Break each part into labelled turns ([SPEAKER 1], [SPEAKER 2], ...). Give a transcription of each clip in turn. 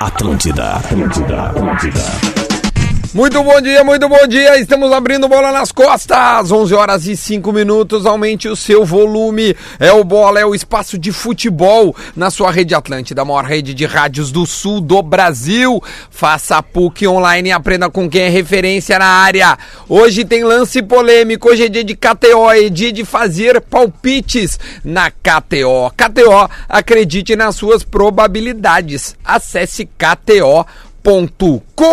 [SPEAKER 1] Atlântida, Atlântida, Atlântida.
[SPEAKER 2] Muito bom dia, muito bom dia. Estamos abrindo bola nas costas. 11 horas e 5 minutos. Aumente o seu volume. É o bola, é o espaço de futebol na sua rede Atlântida, a maior rede de rádios do sul do Brasil. Faça a PUC online e aprenda com quem é referência na área. Hoje tem lance polêmico. Hoje é dia de KTO, é dia de fazer palpites na KTO. KTO, acredite nas suas probabilidades. Acesse KTO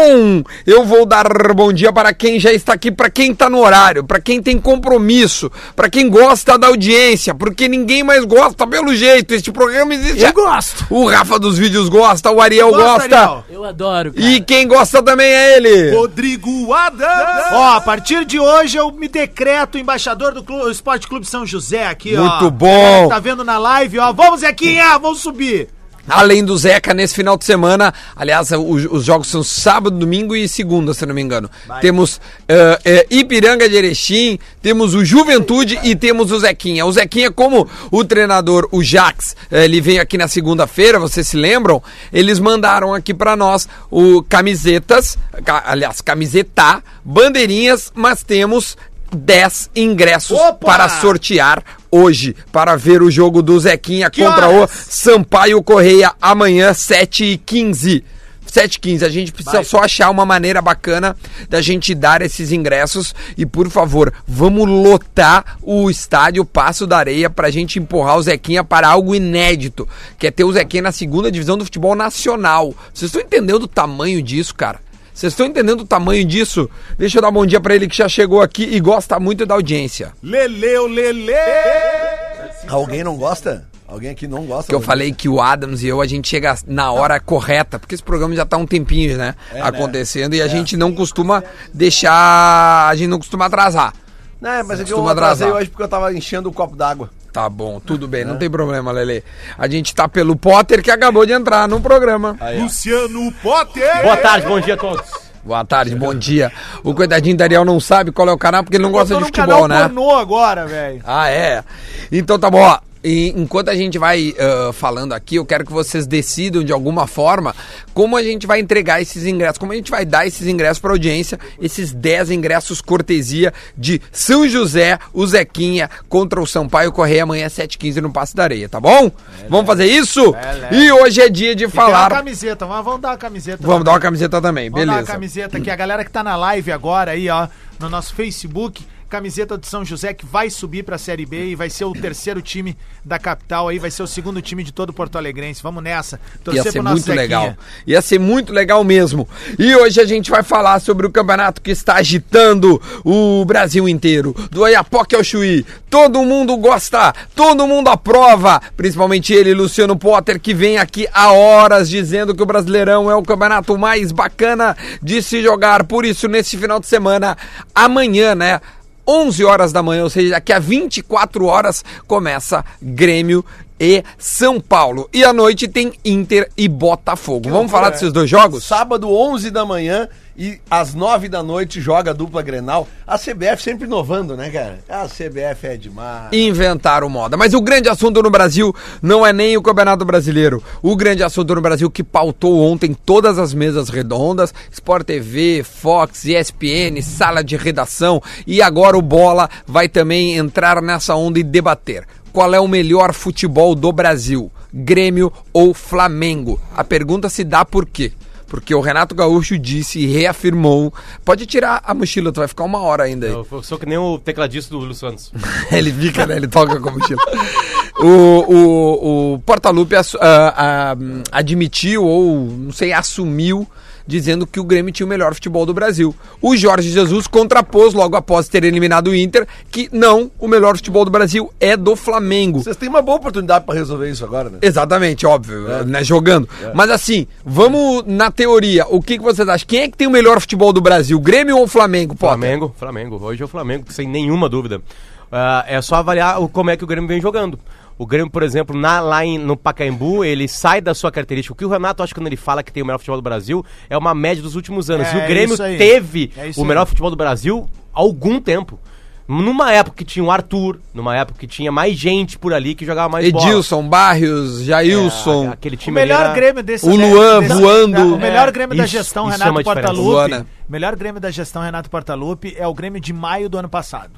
[SPEAKER 2] com Eu vou dar bom dia para quem já está aqui, para quem está no horário, para quem tem compromisso, para quem gosta da audiência, porque ninguém mais gosta pelo jeito. Este programa existe.
[SPEAKER 3] Eu gosto.
[SPEAKER 2] O Rafa dos vídeos gosta, o Ariel
[SPEAKER 3] Gosta,
[SPEAKER 2] gosta.
[SPEAKER 3] Ariel.
[SPEAKER 4] Eu adoro, cara.
[SPEAKER 2] E quem gosta também é ele.
[SPEAKER 3] Rodrigo Adams. Ó, a partir de hoje eu me decreto embaixador do Clu- Esporte Clube São José aqui, ó.
[SPEAKER 2] Muito bom.
[SPEAKER 3] Tá vendo na live, ó. Vamos, Zequinha, vamos subir.
[SPEAKER 2] Além do Zeca, nesse final de semana, aliás, o- os jogos são sábado, domingo e segunda, se não me engano. Temos eh, eh, Ipiranga de Erechim, temos o Juventude e temos o Zequinha. O Zequinha, como o treinador, o Jax, eh, ele veio aqui na segunda-feira, vocês se lembram? Eles mandaram aqui pra nós o camisetas, ca- aliás, camiseta, bandeirinhas, mas temos 10 ingressos
[SPEAKER 3] Opa!
[SPEAKER 2] para sortear hoje para ver o jogo do Zequinha
[SPEAKER 3] Que
[SPEAKER 2] contra o
[SPEAKER 3] horas?
[SPEAKER 2] Sampaio Correia amanhã, 7h15. 7h15, a gente precisa só achar uma maneira bacana da gente dar esses ingressos. E por favor, vamos lotar o estádio Passo da Areia pra gente empurrar o Zequinha para algo inédito, que é ter o Zequinha na segunda divisão do futebol nacional. Vocês estão entendendo o tamanho disso, cara? Vocês estão entendendo o tamanho disso? Deixa eu dar um bom dia pra ele que já chegou aqui e gosta muito da audiência.
[SPEAKER 5] Leleu, lele! Alguém não gosta? Alguém aqui não gosta?
[SPEAKER 2] Que eu falei que o Adams e eu, a gente chega na hora correta, porque esse programa já tá um tempinho, né? acontecendo, e a gente não costuma deixar. A gente não costuma atrasar.
[SPEAKER 5] Não, mas é que eu
[SPEAKER 2] Costuma
[SPEAKER 5] atrasei
[SPEAKER 2] atrasar.
[SPEAKER 5] hoje porque eu tava enchendo o copo d'água.
[SPEAKER 2] Tá bom, tudo bem, não tem problema, Lele. A gente tá pelo Potter que acabou de entrar no programa.
[SPEAKER 3] Luciano Potter.
[SPEAKER 6] Boa tarde, bom dia a todos.
[SPEAKER 2] Boa tarde, bom dia. O coitadinho Daniel não sabe qual é o canal, porque ele não gosta de futebol, né?
[SPEAKER 3] pornô agora, velho.
[SPEAKER 2] Ah, é? Então tá bom, ó. E enquanto a gente vai ah, falando aqui, eu quero que vocês decidam de alguma forma como a gente vai entregar esses ingressos, como a gente vai dar esses ingressos para audiência, esses 10 ingressos cortesia de São José, o Zequinha contra o Sampaio Correia amanhã às 7h15 no Passo da Areia, tá bom?
[SPEAKER 3] É,
[SPEAKER 2] Vamos fazer isso? E hoje é dia de
[SPEAKER 3] Falar.
[SPEAKER 2] falar.
[SPEAKER 3] camiseta, mas vamos dar uma camiseta.
[SPEAKER 2] Vamos dar
[SPEAKER 3] também.
[SPEAKER 2] uma camiseta também,
[SPEAKER 3] Vamos dar uma
[SPEAKER 2] beleza.
[SPEAKER 3] camiseta aqui. A galera que tá na live agora aí, ó, no nosso Facebook, camiseta do São José que vai subir pra Série B e vai ser o terceiro time da capital aí, vai ser o segundo time de todo o Porto Alegrense. Vamos nessa.
[SPEAKER 2] Ia
[SPEAKER 3] pro
[SPEAKER 2] ser
[SPEAKER 3] nosso
[SPEAKER 2] muito
[SPEAKER 3] Zequinha.
[SPEAKER 2] legal. Ia ser muito legal mesmo. E hoje a gente vai falar sobre o campeonato que está agitando o Brasil inteiro. Do Oiapoque ao Chuí. Todo mundo gosta, todo mundo aprova. Principalmente ele, Luciano Potter, que vem aqui há horas dizendo que o Brasileirão é o campeonato mais bacana de se jogar. Por isso, nesse final de semana, amanhã, né? 11 horas da manhã, ou seja, daqui a 24 horas começa Grêmio e São Paulo. E à noite tem Inter e Botafogo. Vamos
[SPEAKER 5] É.
[SPEAKER 2] falar desses dois jogos?
[SPEAKER 5] Sábado, 11 da manhã e às 9 da noite joga a dupla Grenal. A CBF sempre inovando, né, cara? A CBF é demais.
[SPEAKER 2] Inventaram moda. Mas o grande assunto no Brasil não é nem o Campeonato Brasileiro. O grande assunto no Brasil que pautou ontem todas as mesas redondas, Sport TV, Fox, ESPN, sala de redação. E agora o Bola vai também entrar nessa onda e debater. Qual é o melhor futebol do Brasil? Grêmio ou Flamengo? A pergunta se dá por quê? Porque o Renato Gaúcho disse e reafirmou. Pode tirar a mochila, tu vai ficar uma hora ainda aí.
[SPEAKER 6] Eu, eu sou que nem o tecladista do Lulu Santos.
[SPEAKER 2] Ele fica, né? Ele toca com a mochila. O, o, o Portaluppi assu- ah, ah, hum, admitiu, ou não sei, assumiu, dizendo que o Grêmio tinha o melhor futebol do Brasil. O Jorge Jesus contrapôs logo após ter eliminado o Inter que não, o melhor futebol do Brasil é do Flamengo.
[SPEAKER 5] Vocês têm uma boa oportunidade pra resolver isso agora, né?
[SPEAKER 2] Exatamente, óbvio,
[SPEAKER 6] É.
[SPEAKER 2] né? Jogando. Mas assim, vamos na teoria. O que, que vocês acham? Quem é que tem o melhor futebol do Brasil? Grêmio ou Flamengo, Potter?
[SPEAKER 6] Flamengo, Flamengo. Hoje é o Flamengo, sem nenhuma dúvida. Ah, é só avaliar o- como é que o Grêmio vem jogando. O Grêmio, por exemplo, na- lá em- no Pacaembu, ele sai da sua característica. O que o Renato acha quando ele fala que tem o melhor futebol do Brasil é uma média dos últimos anos.
[SPEAKER 3] É,
[SPEAKER 6] e o
[SPEAKER 3] é
[SPEAKER 6] Grêmio
[SPEAKER 3] isso aí.
[SPEAKER 6] teve
[SPEAKER 3] É isso
[SPEAKER 6] o
[SPEAKER 3] aí.
[SPEAKER 6] melhor futebol do Brasil há algum tempo. Numa época que tinha o Arthur, numa época que tinha mais gente por ali que jogava mais é bola.
[SPEAKER 2] Edilson, Barrios,
[SPEAKER 6] É,
[SPEAKER 2] Jailson.
[SPEAKER 6] aquele
[SPEAKER 3] O
[SPEAKER 6] time ali
[SPEAKER 3] melhor
[SPEAKER 6] era-
[SPEAKER 3] Grêmio desse
[SPEAKER 2] O Luan
[SPEAKER 3] desse- né?
[SPEAKER 2] voando.
[SPEAKER 3] O melhor
[SPEAKER 6] É,
[SPEAKER 3] Grêmio da
[SPEAKER 6] isso-
[SPEAKER 3] gestão,
[SPEAKER 6] isso é
[SPEAKER 3] Renato
[SPEAKER 6] uma diferença.
[SPEAKER 2] Luan,
[SPEAKER 3] Portaluppi.
[SPEAKER 2] né?
[SPEAKER 3] O melhor Grêmio da gestão, Renato Portaluppi, é o Grêmio de maio do ano passado.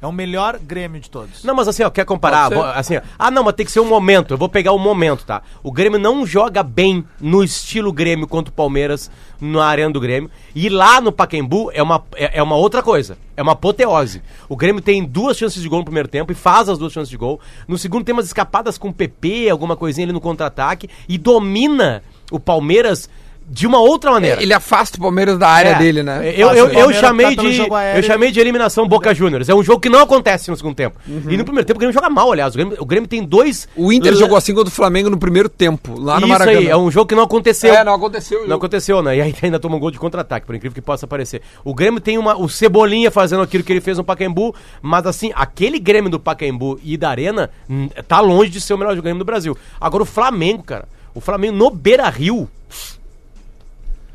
[SPEAKER 3] É o melhor Grêmio de todos.
[SPEAKER 6] Não, mas assim, ó, quer comparar?
[SPEAKER 2] Pode ser.
[SPEAKER 6] Vou- Assim, ó, ah, não, mas tem que ser um momento. Eu vou pegar o momento, tá? O Grêmio não joga bem no estilo Grêmio contra o Palmeiras na arena do Grêmio. E lá no Pacaembu é uma, é, é uma outra coisa. É uma apoteose. O Grêmio tem duas chances de gol no primeiro tempo e faz as duas chances de gol. No segundo tem umas escapadas com o PP, alguma coisinha ali no contra-ataque e domina o Palmeiras de uma outra maneira.
[SPEAKER 2] Ele afasta o Palmeiras da área
[SPEAKER 6] É.
[SPEAKER 2] dele, né?
[SPEAKER 6] Eu, eu, eu
[SPEAKER 3] Palmeiras
[SPEAKER 6] chamei
[SPEAKER 3] tá pelo
[SPEAKER 6] de,
[SPEAKER 3] jogo aéreo. Uhum.
[SPEAKER 6] eu chamei de eliminação Boca Juniors. É um jogo que não acontece no segundo tempo. E no primeiro tempo o Grêmio joga mal, aliás. O Grêmio, o Grêmio tem dois.
[SPEAKER 2] O Inter
[SPEAKER 6] le-
[SPEAKER 2] jogou assim contra o Flamengo no primeiro tempo, lá no
[SPEAKER 6] Isso
[SPEAKER 2] Maracanã.
[SPEAKER 6] aí, é um jogo que não aconteceu.
[SPEAKER 2] É, não aconteceu o jogo.
[SPEAKER 6] Não aconteceu, né? E aí ainda toma um gol de contra-ataque, por incrível que possa parecer. O Grêmio tem uma, o Cebolinha fazendo aquilo que ele fez no Pacaembu, mas assim, aquele Grêmio do Pacaembu e da Arena hum, tá longe de ser o melhor Grêmio do Brasil. Agora o Flamengo, cara. O Flamengo no Beira-Rio.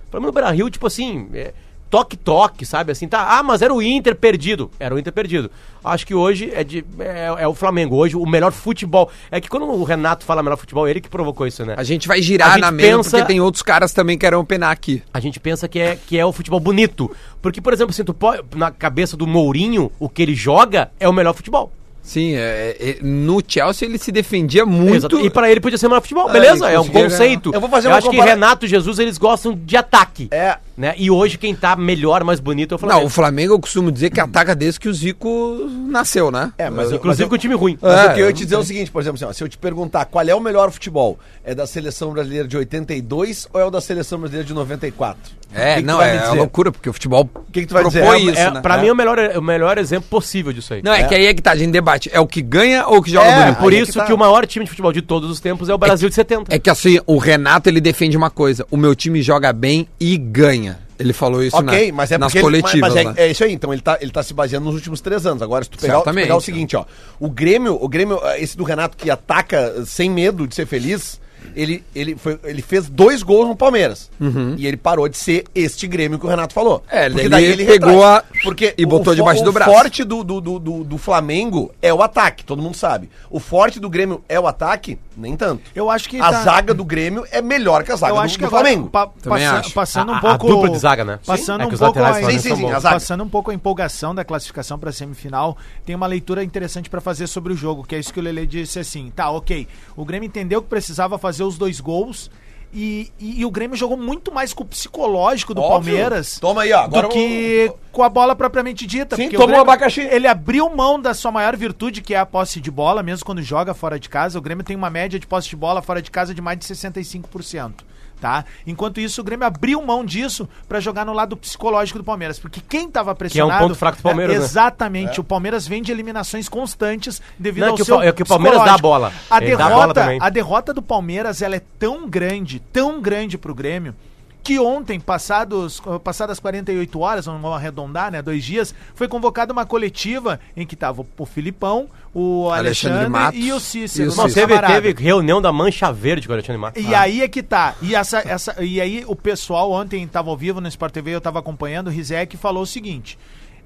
[SPEAKER 6] O Flamengo no Beira-Rio, tipo assim, é, toque-toque, sabe? Assim, tá, ah, mas era o Inter perdido. Era o Inter perdido. Acho que hoje é, de, é, é o Flamengo. Hoje o melhor futebol. É que quando o Renato fala melhor futebol, ele que provocou isso, né?
[SPEAKER 2] A gente vai girar
[SPEAKER 6] A gente
[SPEAKER 2] na mesa
[SPEAKER 6] pensa-
[SPEAKER 2] porque tem outros caras também que querem penar aqui.
[SPEAKER 6] a gente pensa que é, que é o futebol bonito. Porque, por exemplo, assim, tu pode, na cabeça do Mourinho, o que ele joga é o melhor futebol.
[SPEAKER 2] Sim, é- é- no Chelsea ele se defendia muito.
[SPEAKER 6] Exato. E pra ele podia ser o melhor futebol,
[SPEAKER 2] Ah,
[SPEAKER 6] beleza?
[SPEAKER 2] ele
[SPEAKER 6] É um
[SPEAKER 2] conseguia ganhar.
[SPEAKER 6] conceito.
[SPEAKER 5] Eu vou fazer
[SPEAKER 6] Eu
[SPEAKER 5] uma
[SPEAKER 6] acho que
[SPEAKER 5] compara-
[SPEAKER 6] Renato e Jesus, eles gostam de ataque.
[SPEAKER 5] É.
[SPEAKER 6] Né? E hoje quem tá melhor, mais bonito é o Flamengo.
[SPEAKER 2] Não, o Flamengo eu costumo dizer que ataca desde que o Zico nasceu, né?
[SPEAKER 5] É, mas eu-
[SPEAKER 6] Inclusive com o time ruim.
[SPEAKER 5] Mas
[SPEAKER 2] É,
[SPEAKER 5] o que eu ia te dizer é o seguinte, por exemplo, assim, ó, se eu te perguntar qual é o melhor futebol, é da seleção brasileira de 82 ou é o da seleção brasileira de 94?
[SPEAKER 2] É,
[SPEAKER 5] O que que tu
[SPEAKER 2] não,
[SPEAKER 5] vai
[SPEAKER 2] é
[SPEAKER 5] me
[SPEAKER 2] uma
[SPEAKER 5] dizer?
[SPEAKER 2] loucura, porque o futebol
[SPEAKER 5] que que tu vai dizer?
[SPEAKER 2] propõe
[SPEAKER 5] É,
[SPEAKER 2] isso,
[SPEAKER 6] É,
[SPEAKER 2] né?
[SPEAKER 6] pra mim é o melhor, é o melhor exemplo possível disso aí.
[SPEAKER 2] Não, é, que aí é que tá, a gente debate. É o que ganha ou o que joga
[SPEAKER 5] É,
[SPEAKER 2] bonito?
[SPEAKER 6] Por
[SPEAKER 5] aí é
[SPEAKER 6] isso
[SPEAKER 5] que
[SPEAKER 6] que,
[SPEAKER 5] tá.
[SPEAKER 6] o maior time de futebol de todos os tempos é o Brasil de 70.
[SPEAKER 2] É que assim, o Renato ele defende uma coisa: o meu time joga bem e ganha. Ele falou isso
[SPEAKER 5] Ok,
[SPEAKER 2] na-
[SPEAKER 5] mas é
[SPEAKER 2] nas
[SPEAKER 5] porque ele-
[SPEAKER 2] coletivas.
[SPEAKER 5] mas
[SPEAKER 2] né?
[SPEAKER 5] é, é isso aí, então ele tá, ele tá se baseando nos últimos três anos. Agora, se tu pegar, se tu
[SPEAKER 2] Certamente,
[SPEAKER 5] pegar o
[SPEAKER 2] né?
[SPEAKER 5] seguinte, ó. O Grêmio, o Grêmio, eh, esse do Renato que ataca eh, sem medo de ser feliz, ele, ele, foi, ele fez dois gols no Palmeiras. E ele parou de ser este Grêmio que o Renato falou.
[SPEAKER 2] Uhum. É, ele-
[SPEAKER 5] Porque
[SPEAKER 2] ele pegou
[SPEAKER 5] retrai.
[SPEAKER 2] a-
[SPEAKER 5] Porque
[SPEAKER 2] e
[SPEAKER 5] o
[SPEAKER 2] botou
[SPEAKER 5] fo-
[SPEAKER 2] debaixo do braço.
[SPEAKER 5] O forte do, do, do, do- do Flamengo é o ataque, todo mundo sabe. O forte do Grêmio é o ataque? Nem tanto.
[SPEAKER 3] Eu acho que
[SPEAKER 5] a
[SPEAKER 3] tá-
[SPEAKER 5] zaga do Grêmio é melhor que a zaga
[SPEAKER 3] Eu
[SPEAKER 5] do,
[SPEAKER 3] acho que
[SPEAKER 5] do
[SPEAKER 3] agora,
[SPEAKER 5] Flamengo.
[SPEAKER 3] pa-
[SPEAKER 2] Também
[SPEAKER 3] passa-
[SPEAKER 2] acho.
[SPEAKER 6] A-
[SPEAKER 3] Passando
[SPEAKER 6] a
[SPEAKER 3] um pouco.
[SPEAKER 6] dupla de zaga, né?
[SPEAKER 3] Passando
[SPEAKER 6] Sim. É que
[SPEAKER 3] um
[SPEAKER 6] os
[SPEAKER 3] pouco.
[SPEAKER 6] laterais
[SPEAKER 3] a-
[SPEAKER 6] do Flamengo
[SPEAKER 5] Sim, sim, são sim, bons. a zaga.
[SPEAKER 3] Passando um pouco a empolgação da classificação para a semifinal, tem uma leitura interessante para fazer sobre o jogo, que é isso que o Lele disse assim: tá, ok. O Grêmio entendeu que precisava fazer os dois gols. E, e- e o Grêmio jogou muito mais com o psicológico do
[SPEAKER 5] Óbvio.
[SPEAKER 3] Palmeiras
[SPEAKER 5] Toma aí, ó, agora
[SPEAKER 3] do que com a bola propriamente dita.
[SPEAKER 5] Sim,
[SPEAKER 3] porque
[SPEAKER 5] tomou
[SPEAKER 3] Grêmio-
[SPEAKER 5] abacaxi.
[SPEAKER 3] Ele abriu mão da sua maior virtude, que é a posse de bola, mesmo quando joga fora de casa. O Grêmio tem uma média de posse de bola fora de casa de mais de 65%. Tá? Enquanto isso, o Grêmio abriu mão disso pra jogar no lado psicológico do Palmeiras, porque quem tava
[SPEAKER 6] é um
[SPEAKER 3] pressionado
[SPEAKER 6] ponto fraco do Palmeiras,
[SPEAKER 3] É,
[SPEAKER 6] né?
[SPEAKER 3] exatamente, o Palmeiras vem de eliminações constantes devido
[SPEAKER 6] Não, é
[SPEAKER 3] ao
[SPEAKER 6] que o
[SPEAKER 3] seu
[SPEAKER 6] Pa- é que o Palmeiras dá a
[SPEAKER 3] psicológico.
[SPEAKER 6] bola.
[SPEAKER 3] A
[SPEAKER 6] Ele dá a bola
[SPEAKER 3] derrota,
[SPEAKER 6] também.
[SPEAKER 3] a derrota do Palmeiras ela é tão grande, tão grande pro Grêmio, que ontem, passados, ah, passadas 48 horas, vamos arredondar, né? Dois dias, foi convocada uma coletiva em que tava o Filipão, o
[SPEAKER 2] Alexandre
[SPEAKER 3] Alexandre,
[SPEAKER 2] Matos
[SPEAKER 3] e o Cícero.
[SPEAKER 2] e o
[SPEAKER 3] nosso
[SPEAKER 6] Não, teve,
[SPEAKER 3] camarada.
[SPEAKER 6] teve reunião da Mancha Verde com o Alexandre Matos. Ah,
[SPEAKER 3] E aí é que tá. E, essa, essa, e aí o pessoal ontem estava ao vivo no Sport TV, eu estava acompanhando, o Rizek falou o seguinte.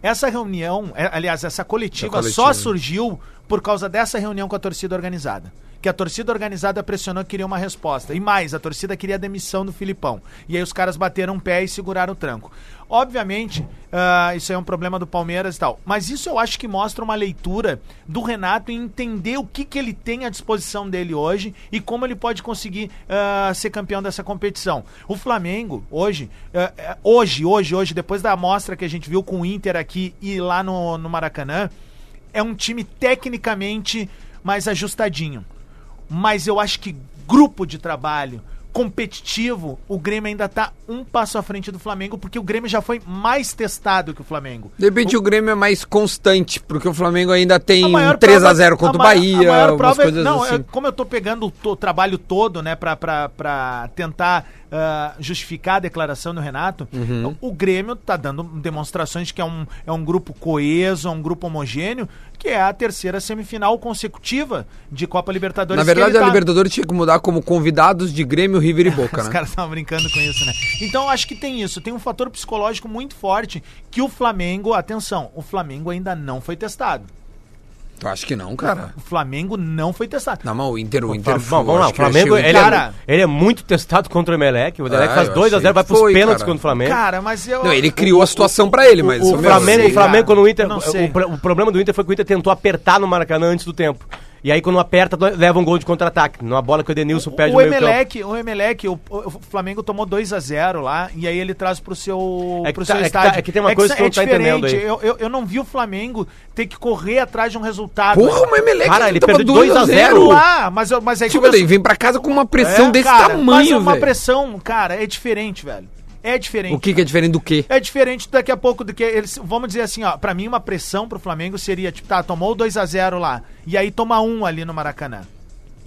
[SPEAKER 3] Essa reunião, é, aliás, essa coletiva,
[SPEAKER 2] Da coletiva.
[SPEAKER 3] só surgiu por causa dessa reunião com a torcida organizada. Que a torcida organizada pressionou e queria uma resposta. E mais, a torcida queria a demissão do Filipão. E aí os caras bateram o pé e seguraram o tranco. Obviamente, ah, isso aí é um problema do Palmeiras e tal. Mas isso eu acho que mostra uma leitura do Renato em entender o que, que ele tem à disposição dele hoje e como ele pode conseguir ah, ser campeão dessa competição. O Flamengo, hoje, ah, eh, hoje, hoje, hoje, depois da amostra que a gente viu com o Inter aqui e lá no, no Maracanã, é um time tecnicamente mais ajustadinho. Mas eu acho que grupo de trabalho competitivo, o Grêmio ainda tá um passo à frente do Flamengo, porque o Grêmio já foi mais testado que o Flamengo.
[SPEAKER 2] De repente o Grêmio é mais constante, porque o Flamengo ainda tem
[SPEAKER 3] A
[SPEAKER 2] um
[SPEAKER 3] maior
[SPEAKER 2] 3
[SPEAKER 3] prova-
[SPEAKER 2] a 0 contra o
[SPEAKER 3] a maior-
[SPEAKER 2] Bahia,
[SPEAKER 3] a maior
[SPEAKER 2] algumas
[SPEAKER 3] prova é-
[SPEAKER 2] coisas
[SPEAKER 3] não,
[SPEAKER 2] assim.
[SPEAKER 3] é- como eu tô pegando o to- trabalho todo, né, pra, pra, pra tentar ah, justificar a declaração do Renato,
[SPEAKER 2] Uhum.
[SPEAKER 3] o Grêmio tá dando demonstrações de que é um, é um grupo coeso, é um grupo homogêneo, que é a terceira semifinal consecutiva de Copa Libertadores.
[SPEAKER 2] Na
[SPEAKER 3] que ele
[SPEAKER 2] verdade, é a
[SPEAKER 3] tá-
[SPEAKER 2] Libertadores tinha que mudar como convidados de Grêmio, River e Boca,
[SPEAKER 3] Os
[SPEAKER 2] né?
[SPEAKER 3] caras estavam brincando com isso, né? Então acho que tem isso, tem um fator psicológico muito forte que o Flamengo, atenção, o Flamengo ainda não foi testado.
[SPEAKER 2] Tu acha que não, cara?
[SPEAKER 3] O Flamengo não foi testado.
[SPEAKER 2] Não, mas o Inter, o Inter
[SPEAKER 6] Fla- Bom, vamos
[SPEAKER 2] eu
[SPEAKER 6] lá.
[SPEAKER 2] acho
[SPEAKER 6] O
[SPEAKER 2] que ele
[SPEAKER 6] Flamengo,
[SPEAKER 2] chega-
[SPEAKER 6] ele,
[SPEAKER 3] Cara.
[SPEAKER 6] é, ele é muito testado contra o Emelec. O Emelec
[SPEAKER 2] Ah,
[SPEAKER 6] faz
[SPEAKER 2] eu
[SPEAKER 6] 2 a
[SPEAKER 2] achei
[SPEAKER 6] 0 vai
[SPEAKER 2] que
[SPEAKER 6] pros
[SPEAKER 2] foi,
[SPEAKER 6] pênaltis
[SPEAKER 2] cara.
[SPEAKER 6] contra o Flamengo.
[SPEAKER 3] Cara, mas eu
[SPEAKER 2] Não, ele criou a situação pra ele, mas...
[SPEAKER 6] o,
[SPEAKER 2] ô, meu,
[SPEAKER 6] Flamengo,
[SPEAKER 3] sei,
[SPEAKER 6] o Flamengo,
[SPEAKER 3] cara.
[SPEAKER 6] quando o Inter.
[SPEAKER 3] Não
[SPEAKER 6] o-
[SPEAKER 3] sei.
[SPEAKER 6] O, pro- o problema do Inter foi que o Inter tentou apertar no Maracanã antes do tempo. E aí, quando aperta, do- leva um gol de contra-ataque. Numa bola que o Edenilson perde
[SPEAKER 3] o
[SPEAKER 6] no meio-campo.
[SPEAKER 3] Emelec, o Emelec, o, o Flamengo tomou 2 a 0 lá e aí ele traz pro seu,
[SPEAKER 6] É que
[SPEAKER 3] pro
[SPEAKER 6] tá-
[SPEAKER 3] seu
[SPEAKER 6] é que tá-
[SPEAKER 3] estádio.
[SPEAKER 6] é que tem uma coisa que tu não tá
[SPEAKER 3] diferente.
[SPEAKER 6] entendendo aí.
[SPEAKER 3] Eu, eu, eu não vi o Flamengo ter que correr atrás de um resultado.
[SPEAKER 2] Porra, o Emelec
[SPEAKER 6] Cara, ele perdeu de 2 a 0.
[SPEAKER 2] 2x0.
[SPEAKER 3] lá, mas, eu- mas aí
[SPEAKER 2] Tipo,
[SPEAKER 3] começou-
[SPEAKER 2] daí vem pra casa com uma pressão
[SPEAKER 3] assim- É,
[SPEAKER 2] desse
[SPEAKER 3] cara, Mas é
[SPEAKER 2] tamanho,
[SPEAKER 3] uma
[SPEAKER 2] velho.
[SPEAKER 3] pressão, cara, é diferente, velho. É diferente.
[SPEAKER 2] O que que é diferente do quê?
[SPEAKER 3] É diferente daqui a pouco do que eles. Vamos dizer assim, ó. Pra mim, uma pressão pro Flamengo seria, tipo, tá, tomou 2x0 lá. E aí toma um ali no Maracanã.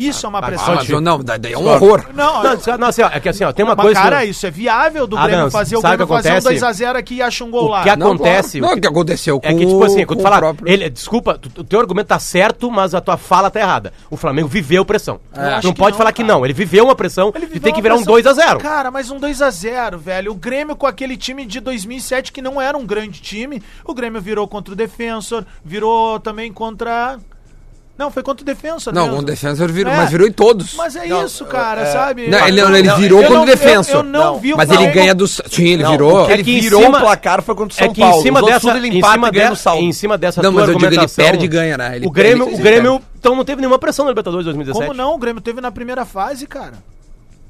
[SPEAKER 3] Isso é uma
[SPEAKER 2] Ah,
[SPEAKER 3] pressão.
[SPEAKER 2] mas, eu- não, daí é um horror.
[SPEAKER 3] Não,
[SPEAKER 6] Não, isso- não, assim, ó, é que assim, ó, tem uma
[SPEAKER 3] mas,
[SPEAKER 6] coisa.
[SPEAKER 3] cara,
[SPEAKER 6] que,
[SPEAKER 3] isso é viável do
[SPEAKER 6] Ah,
[SPEAKER 3] Grêmio
[SPEAKER 6] não,
[SPEAKER 3] fazer o
[SPEAKER 6] sabe o
[SPEAKER 3] Grêmio
[SPEAKER 6] que
[SPEAKER 3] fazer um
[SPEAKER 6] acontece?
[SPEAKER 3] 2x0 aqui e acha um gol
[SPEAKER 6] O
[SPEAKER 3] lá.
[SPEAKER 6] que acontece,
[SPEAKER 2] Não,
[SPEAKER 6] o
[SPEAKER 2] claro. Não, o que aconteceu
[SPEAKER 6] é que, tipo assim,
[SPEAKER 2] com
[SPEAKER 6] quando tu fala.
[SPEAKER 2] o próprio-
[SPEAKER 6] Ele, desculpa, tu- tu- o teu argumento tá certo, mas a tua fala tá errada. O Flamengo viveu pressão.
[SPEAKER 2] É.
[SPEAKER 3] acho
[SPEAKER 6] Tu não
[SPEAKER 3] que
[SPEAKER 6] pode
[SPEAKER 3] não,
[SPEAKER 6] falar que
[SPEAKER 3] cara.
[SPEAKER 6] não. Ele viveu uma pressão
[SPEAKER 3] Ele
[SPEAKER 6] e
[SPEAKER 3] viveu
[SPEAKER 6] tem que
[SPEAKER 3] uma
[SPEAKER 6] virar um
[SPEAKER 3] pressão-
[SPEAKER 6] 2x0.
[SPEAKER 3] Cara, mas um 2x0, velho. O Grêmio com aquele time de 2007 que não era um grande time. O Grêmio virou contra o Defensor, virou também contra. Não, foi contra o Defensor.
[SPEAKER 2] Não,
[SPEAKER 3] mesmo.
[SPEAKER 2] o Defensor virou,
[SPEAKER 3] É.
[SPEAKER 2] mas virou em todos.
[SPEAKER 3] Mas é isso, cara, sabe?
[SPEAKER 2] Não, ele,
[SPEAKER 3] Eu-
[SPEAKER 2] ele
[SPEAKER 3] eu-
[SPEAKER 2] virou
[SPEAKER 3] eu
[SPEAKER 2] contra o
[SPEAKER 3] não-
[SPEAKER 2] Defensor.
[SPEAKER 3] Eu, eu não, vi o
[SPEAKER 2] Mas ele
[SPEAKER 3] Flamengo-
[SPEAKER 2] ganha do. Sim, ele
[SPEAKER 5] Não,
[SPEAKER 2] virou.
[SPEAKER 5] o que
[SPEAKER 6] É
[SPEAKER 5] ele
[SPEAKER 6] que em
[SPEAKER 5] virou
[SPEAKER 6] cima-
[SPEAKER 5] o placar foi contra o São
[SPEAKER 6] é que
[SPEAKER 5] Paulo.
[SPEAKER 6] em cima
[SPEAKER 5] Os outros
[SPEAKER 6] dessa,
[SPEAKER 5] tudo ele
[SPEAKER 6] em
[SPEAKER 5] empata
[SPEAKER 6] cima
[SPEAKER 5] e ganha no
[SPEAKER 6] dessa,
[SPEAKER 5] saldo.
[SPEAKER 6] em cima dessa
[SPEAKER 2] Não,
[SPEAKER 6] tua
[SPEAKER 2] mas eu digo, ele
[SPEAKER 6] argumentação,
[SPEAKER 2] perde e ganha, né? Ele
[SPEAKER 6] o Grêmio,
[SPEAKER 2] perde,
[SPEAKER 6] o
[SPEAKER 2] sim,
[SPEAKER 6] Grêmio então não teve nenhuma pressão na Libertadores 2017.
[SPEAKER 3] Como não? O Grêmio teve na primeira fase, cara.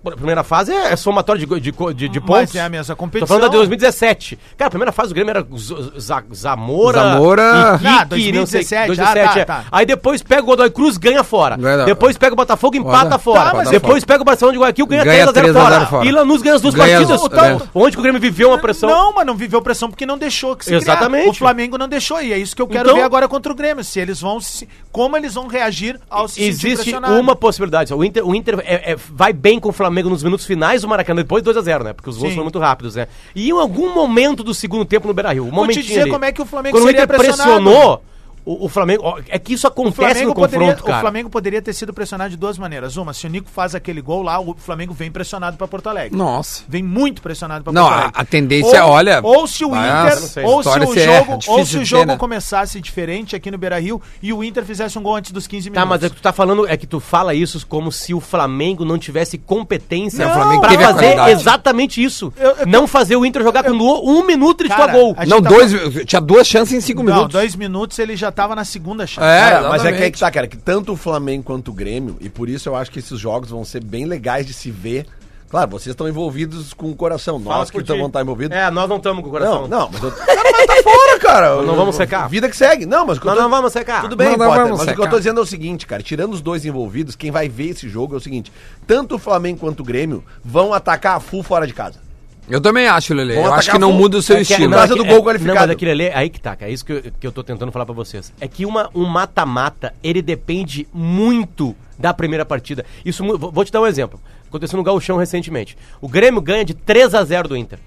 [SPEAKER 6] Pô, A primeira fase é, é somatório de, go- de, co- de, de pontos.
[SPEAKER 3] Mas é a mesma competição.
[SPEAKER 6] Tô falando da de 2017. Cara, a primeira fase do Grêmio era Z- Z- Zamora.
[SPEAKER 2] Zamora.
[SPEAKER 6] Iquique,
[SPEAKER 3] Ah,
[SPEAKER 6] não sei,
[SPEAKER 3] 2017,
[SPEAKER 6] 2017,
[SPEAKER 3] ah,
[SPEAKER 6] é.
[SPEAKER 3] tá, tá.
[SPEAKER 6] Aí depois pega o Godoy Cruz, ganha fora.
[SPEAKER 2] Verdade.
[SPEAKER 6] Depois pega o Botafogo, empata
[SPEAKER 2] Olha,
[SPEAKER 6] fora.
[SPEAKER 3] tá, mas-
[SPEAKER 6] depois pega o Barcelona de Guayaquil, ganha,
[SPEAKER 2] Ganha
[SPEAKER 6] 3x0
[SPEAKER 2] 3 a 0
[SPEAKER 6] fora.
[SPEAKER 2] fora.
[SPEAKER 6] E Lanús ganha as duas
[SPEAKER 2] Ganha
[SPEAKER 6] partidas.
[SPEAKER 2] as-
[SPEAKER 6] o tal-
[SPEAKER 2] é.
[SPEAKER 6] Onde que o Grêmio viveu uma pressão.
[SPEAKER 3] Então, Não, mas não viveu pressão porque não deixou que se criar.
[SPEAKER 6] Exatamente.
[SPEAKER 3] O Flamengo não deixou e é isso que eu quero
[SPEAKER 6] Então-
[SPEAKER 3] ver agora contra o Grêmio. Se eles vão se- como eles vão reagir ao se sentir
[SPEAKER 6] Existe
[SPEAKER 3] pressionado.
[SPEAKER 6] uma possibilidade. O Inter, o Inter é- é- vai bem com o Flamengo nos minutos finais do Maracanã, depois 2x0, né? Porque os gols
[SPEAKER 3] Sim.
[SPEAKER 6] foram muito rápidos, né? E em algum momento do segundo tempo no Beira Rio, um
[SPEAKER 3] Vou te
[SPEAKER 6] momentinho
[SPEAKER 3] dizer
[SPEAKER 6] ali,
[SPEAKER 3] como é que o Flamengo
[SPEAKER 6] Quando o
[SPEAKER 3] seria
[SPEAKER 6] Inter
[SPEAKER 3] pressionado.
[SPEAKER 6] pressionou, o, o Flamengo. ó, É que isso
[SPEAKER 3] O
[SPEAKER 6] acontece
[SPEAKER 3] Flamengo,
[SPEAKER 6] no confronto,
[SPEAKER 3] poderia,
[SPEAKER 6] cara.
[SPEAKER 3] o Flamengo poderia ter sido pressionado de duas maneiras. Uma, se o Nico faz aquele gol lá, o Flamengo vem pressionado pra Porto Alegre.
[SPEAKER 2] Nossa.
[SPEAKER 3] Vem muito pressionado pra
[SPEAKER 2] Não,
[SPEAKER 3] Porto
[SPEAKER 2] a-
[SPEAKER 3] Alegre.
[SPEAKER 2] a tendência é,
[SPEAKER 3] Ou-
[SPEAKER 2] olha,
[SPEAKER 3] Ou se o
[SPEAKER 2] vai,
[SPEAKER 6] eu não
[SPEAKER 3] Inter.
[SPEAKER 6] sei,
[SPEAKER 3] Ou se
[SPEAKER 2] história
[SPEAKER 3] o
[SPEAKER 2] se é
[SPEAKER 3] jogo,
[SPEAKER 2] difícil
[SPEAKER 3] ou se
[SPEAKER 2] de
[SPEAKER 3] o
[SPEAKER 2] ter,
[SPEAKER 3] jogo
[SPEAKER 2] né?
[SPEAKER 3] começasse diferente aqui no Beira Rio e o Inter fizesse um gol antes dos 15 minutos.
[SPEAKER 6] Tá, mas é que tu tá falando, é que tu fala isso como se o Flamengo não tivesse competência
[SPEAKER 3] Não, o Flamengo
[SPEAKER 6] pra
[SPEAKER 2] teve a
[SPEAKER 6] fazer
[SPEAKER 2] qualidade.
[SPEAKER 6] exatamente isso.
[SPEAKER 3] Eu- eu-
[SPEAKER 6] não fazer o Inter jogar com um minuto e
[SPEAKER 3] Cara,
[SPEAKER 6] titular gol.
[SPEAKER 3] a gente
[SPEAKER 2] Não,
[SPEAKER 3] tá
[SPEAKER 2] dois. Tinha duas chances em cinco
[SPEAKER 3] Não,
[SPEAKER 2] minutos.
[SPEAKER 3] dois minutos ele já tava na segunda chance.
[SPEAKER 2] É,
[SPEAKER 5] Cara, mas é que aí
[SPEAKER 2] exatamente.
[SPEAKER 5] que tá, cara, que tanto o Flamengo quanto o Grêmio, e por isso eu acho que esses jogos vão ser bem legais de se ver. Claro, vocês estão envolvidos com o coração, nós que
[SPEAKER 6] por ti.
[SPEAKER 5] estamos tá envolvidos.
[SPEAKER 6] É, nós não estamos com o coração.
[SPEAKER 5] Não, não, mas eu... cara, mas tá fora, cara.
[SPEAKER 6] Não vamos secar.
[SPEAKER 5] Vida que segue. Não, mas o que eu
[SPEAKER 6] Nós
[SPEAKER 5] tô-
[SPEAKER 6] não vamos secar.
[SPEAKER 5] Tudo bem,
[SPEAKER 2] Não, não
[SPEAKER 5] Potter,
[SPEAKER 2] vamos
[SPEAKER 5] mas o que eu
[SPEAKER 2] secar.
[SPEAKER 5] tô dizendo é o seguinte, cara, tirando os dois envolvidos, quem vai ver esse jogo é o seguinte, tanto o Flamengo quanto o Grêmio vão atacar a full fora de casa.
[SPEAKER 2] Eu também acho, Lele.
[SPEAKER 5] Vamos
[SPEAKER 2] Eu acho
[SPEAKER 5] atacar
[SPEAKER 2] que não
[SPEAKER 5] full.
[SPEAKER 2] muda o seu
[SPEAKER 6] É que-
[SPEAKER 2] estilo.
[SPEAKER 5] não, Por causa do gol
[SPEAKER 6] Não, mas
[SPEAKER 5] qualificado.
[SPEAKER 6] aquilo ali, aí que tá, cara. É isso que eu, que eu tô tentando falar pra vocês. É que uma, um mata-mata, ele depende muito da primeira partida. Isso, mu- vou vou te dar um exemplo. Aconteceu no Gauchão recentemente. O Grêmio ganha de 3 a 0 do Inter.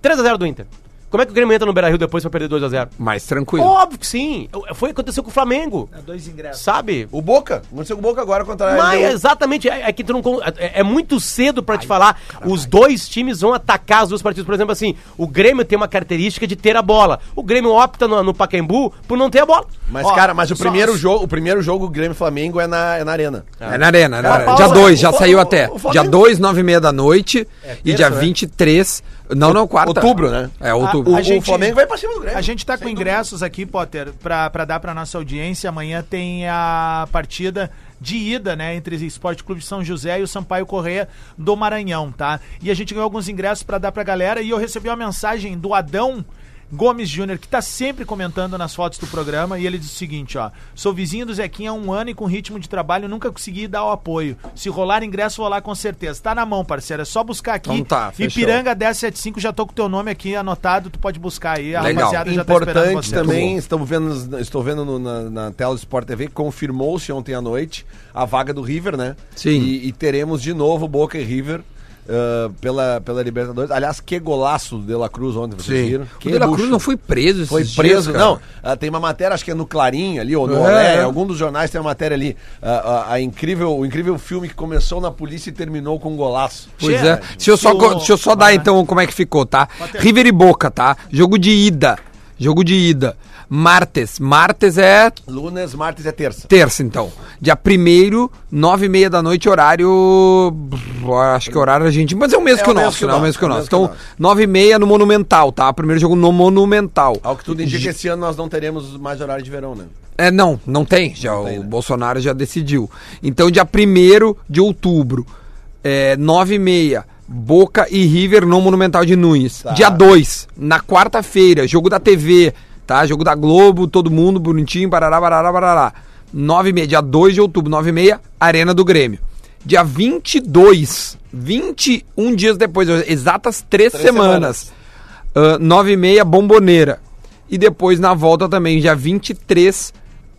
[SPEAKER 6] 3 a 0 do Inter. Como é que o Grêmio entra no Beira-Rio depois pra perder 2 a 0?
[SPEAKER 2] Mais tranquilo.
[SPEAKER 6] Óbvio que sim. Foi o que aconteceu com o Flamengo.
[SPEAKER 3] Dois ingressos.
[SPEAKER 6] Sabe?
[SPEAKER 5] O Boca, aconteceu com o Boca agora contra a
[SPEAKER 6] Mas,
[SPEAKER 5] LDU.
[SPEAKER 6] exatamente, é, é que tu não, con- é, é muito cedo pra te falar. Os dois times vão atacar as duas partidas. Por exemplo, assim, o Grêmio tem uma característica de ter a bola. O Grêmio opta no, no Pacaembu por não ter a bola.
[SPEAKER 5] Mas,
[SPEAKER 3] Ó,
[SPEAKER 5] cara, mas o
[SPEAKER 3] só-
[SPEAKER 5] primeiro jogo, o primeiro jogo Grêmio e Flamengo é na, é na arena.
[SPEAKER 2] É na arena, né?
[SPEAKER 5] Uma
[SPEAKER 2] Arena.
[SPEAKER 5] pausa,
[SPEAKER 2] Dia 2, já
[SPEAKER 5] o-
[SPEAKER 2] saiu
[SPEAKER 5] o-
[SPEAKER 2] até.
[SPEAKER 5] o Flamengo-
[SPEAKER 2] dia 2, 9 e meia da noite.
[SPEAKER 3] É
[SPEAKER 2] e
[SPEAKER 6] terça,
[SPEAKER 2] dia
[SPEAKER 6] né?
[SPEAKER 2] 23. Não, não, quarta.
[SPEAKER 5] Outubro, né?
[SPEAKER 2] É, outubro.
[SPEAKER 3] A gente-
[SPEAKER 5] vai pra cima do Grêmio.
[SPEAKER 3] A gente tá com ingressos aqui, Potter, pra, pra dar pra nossa audiência. Amanhã tem a partida de ida, né, entre o Esporte Clube São José e o Sampaio Correia do Maranhão, tá? E a gente ganhou alguns ingressos pra dar pra galera e eu recebi uma mensagem do Adão Gomes Júnior, que tá sempre comentando nas fotos do programa, e ele diz o seguinte, ó: "Sou vizinho do Zequinha há um ano e com ritmo de trabalho nunca consegui dar o apoio. Se rolar ingresso, vou lá com certeza. Tá na mão, parceiro, é só buscar aqui.
[SPEAKER 2] Então tá, fechou.
[SPEAKER 3] Ipiranga 1075, já tô com o teu nome aqui anotado, tu pode buscar aí, a
[SPEAKER 2] Legal.
[SPEAKER 3] rapaziada já tá esperando
[SPEAKER 5] Importante
[SPEAKER 3] você.
[SPEAKER 5] também, estamos vendo, nos- estou vendo no- na, na tela do Sport TV, confirmou-se ontem à noite a vaga do River, né?
[SPEAKER 2] Sim.
[SPEAKER 5] E, e teremos de novo Boca e River ah, pela, pela Libertadores. Aliás, que golaço do De La Cruz ontem, vocês viram?
[SPEAKER 2] O
[SPEAKER 5] Que
[SPEAKER 2] De La
[SPEAKER 5] bucho.
[SPEAKER 2] Cruz não foi preso esses
[SPEAKER 5] Foi
[SPEAKER 2] dias,
[SPEAKER 5] preso,
[SPEAKER 2] cara.
[SPEAKER 5] não. ah, tem uma matéria, acho que é no Clarim ali, ou no
[SPEAKER 2] É.
[SPEAKER 5] Olé, em algum dos jornais tem uma matéria ali. ah, ah, a incrível, o incrível filme que começou na polícia e terminou com um golaço.
[SPEAKER 2] Pois
[SPEAKER 3] Che-
[SPEAKER 2] é. Deixa eu só,
[SPEAKER 3] o-
[SPEAKER 2] co- deixa eu só dar
[SPEAKER 3] Vai,
[SPEAKER 2] então como é que ficou, tá? River e Boca, tá? Jogo de ida. Jogo de ida. Martes. Martes é
[SPEAKER 5] Lunes, martes é terça.
[SPEAKER 2] terça, então. Dia 1 nove e meia da noite, horário... Acho que é horário argentino, mas é o mesmo
[SPEAKER 5] É
[SPEAKER 2] que o
[SPEAKER 5] o mesmo
[SPEAKER 2] nosso,
[SPEAKER 5] que o
[SPEAKER 2] né? É o
[SPEAKER 5] nosso,
[SPEAKER 2] mesmo que o
[SPEAKER 5] é o
[SPEAKER 2] nosso.
[SPEAKER 5] mesmo que o
[SPEAKER 2] Então, nove e meia no Monumental, tá? Primeiro jogo no Monumental.
[SPEAKER 5] Ao que é tudo indica, esse ano nós não teremos mais horário de verão, né?
[SPEAKER 2] É, não, não tem. Já,
[SPEAKER 5] tem,
[SPEAKER 2] o
[SPEAKER 5] né?
[SPEAKER 2] Bolsonaro já decidiu. Então, dia 1 de outubro, é, 9h30, Boca e River no Monumental de Nunes.
[SPEAKER 5] Tá.
[SPEAKER 2] Dia 2, na quarta-feira, jogo da TV, tá? Jogo da Globo, todo mundo bonitinho, barará, barará, barará. 9h30, dia 2 de outubro, 9h30, Arena do Grêmio. Dia 22, 21 dias depois, exatas três,
[SPEAKER 3] é
[SPEAKER 2] semanas. Ah, 9 e meia, Bomboneira. E depois, na volta também, dia 23,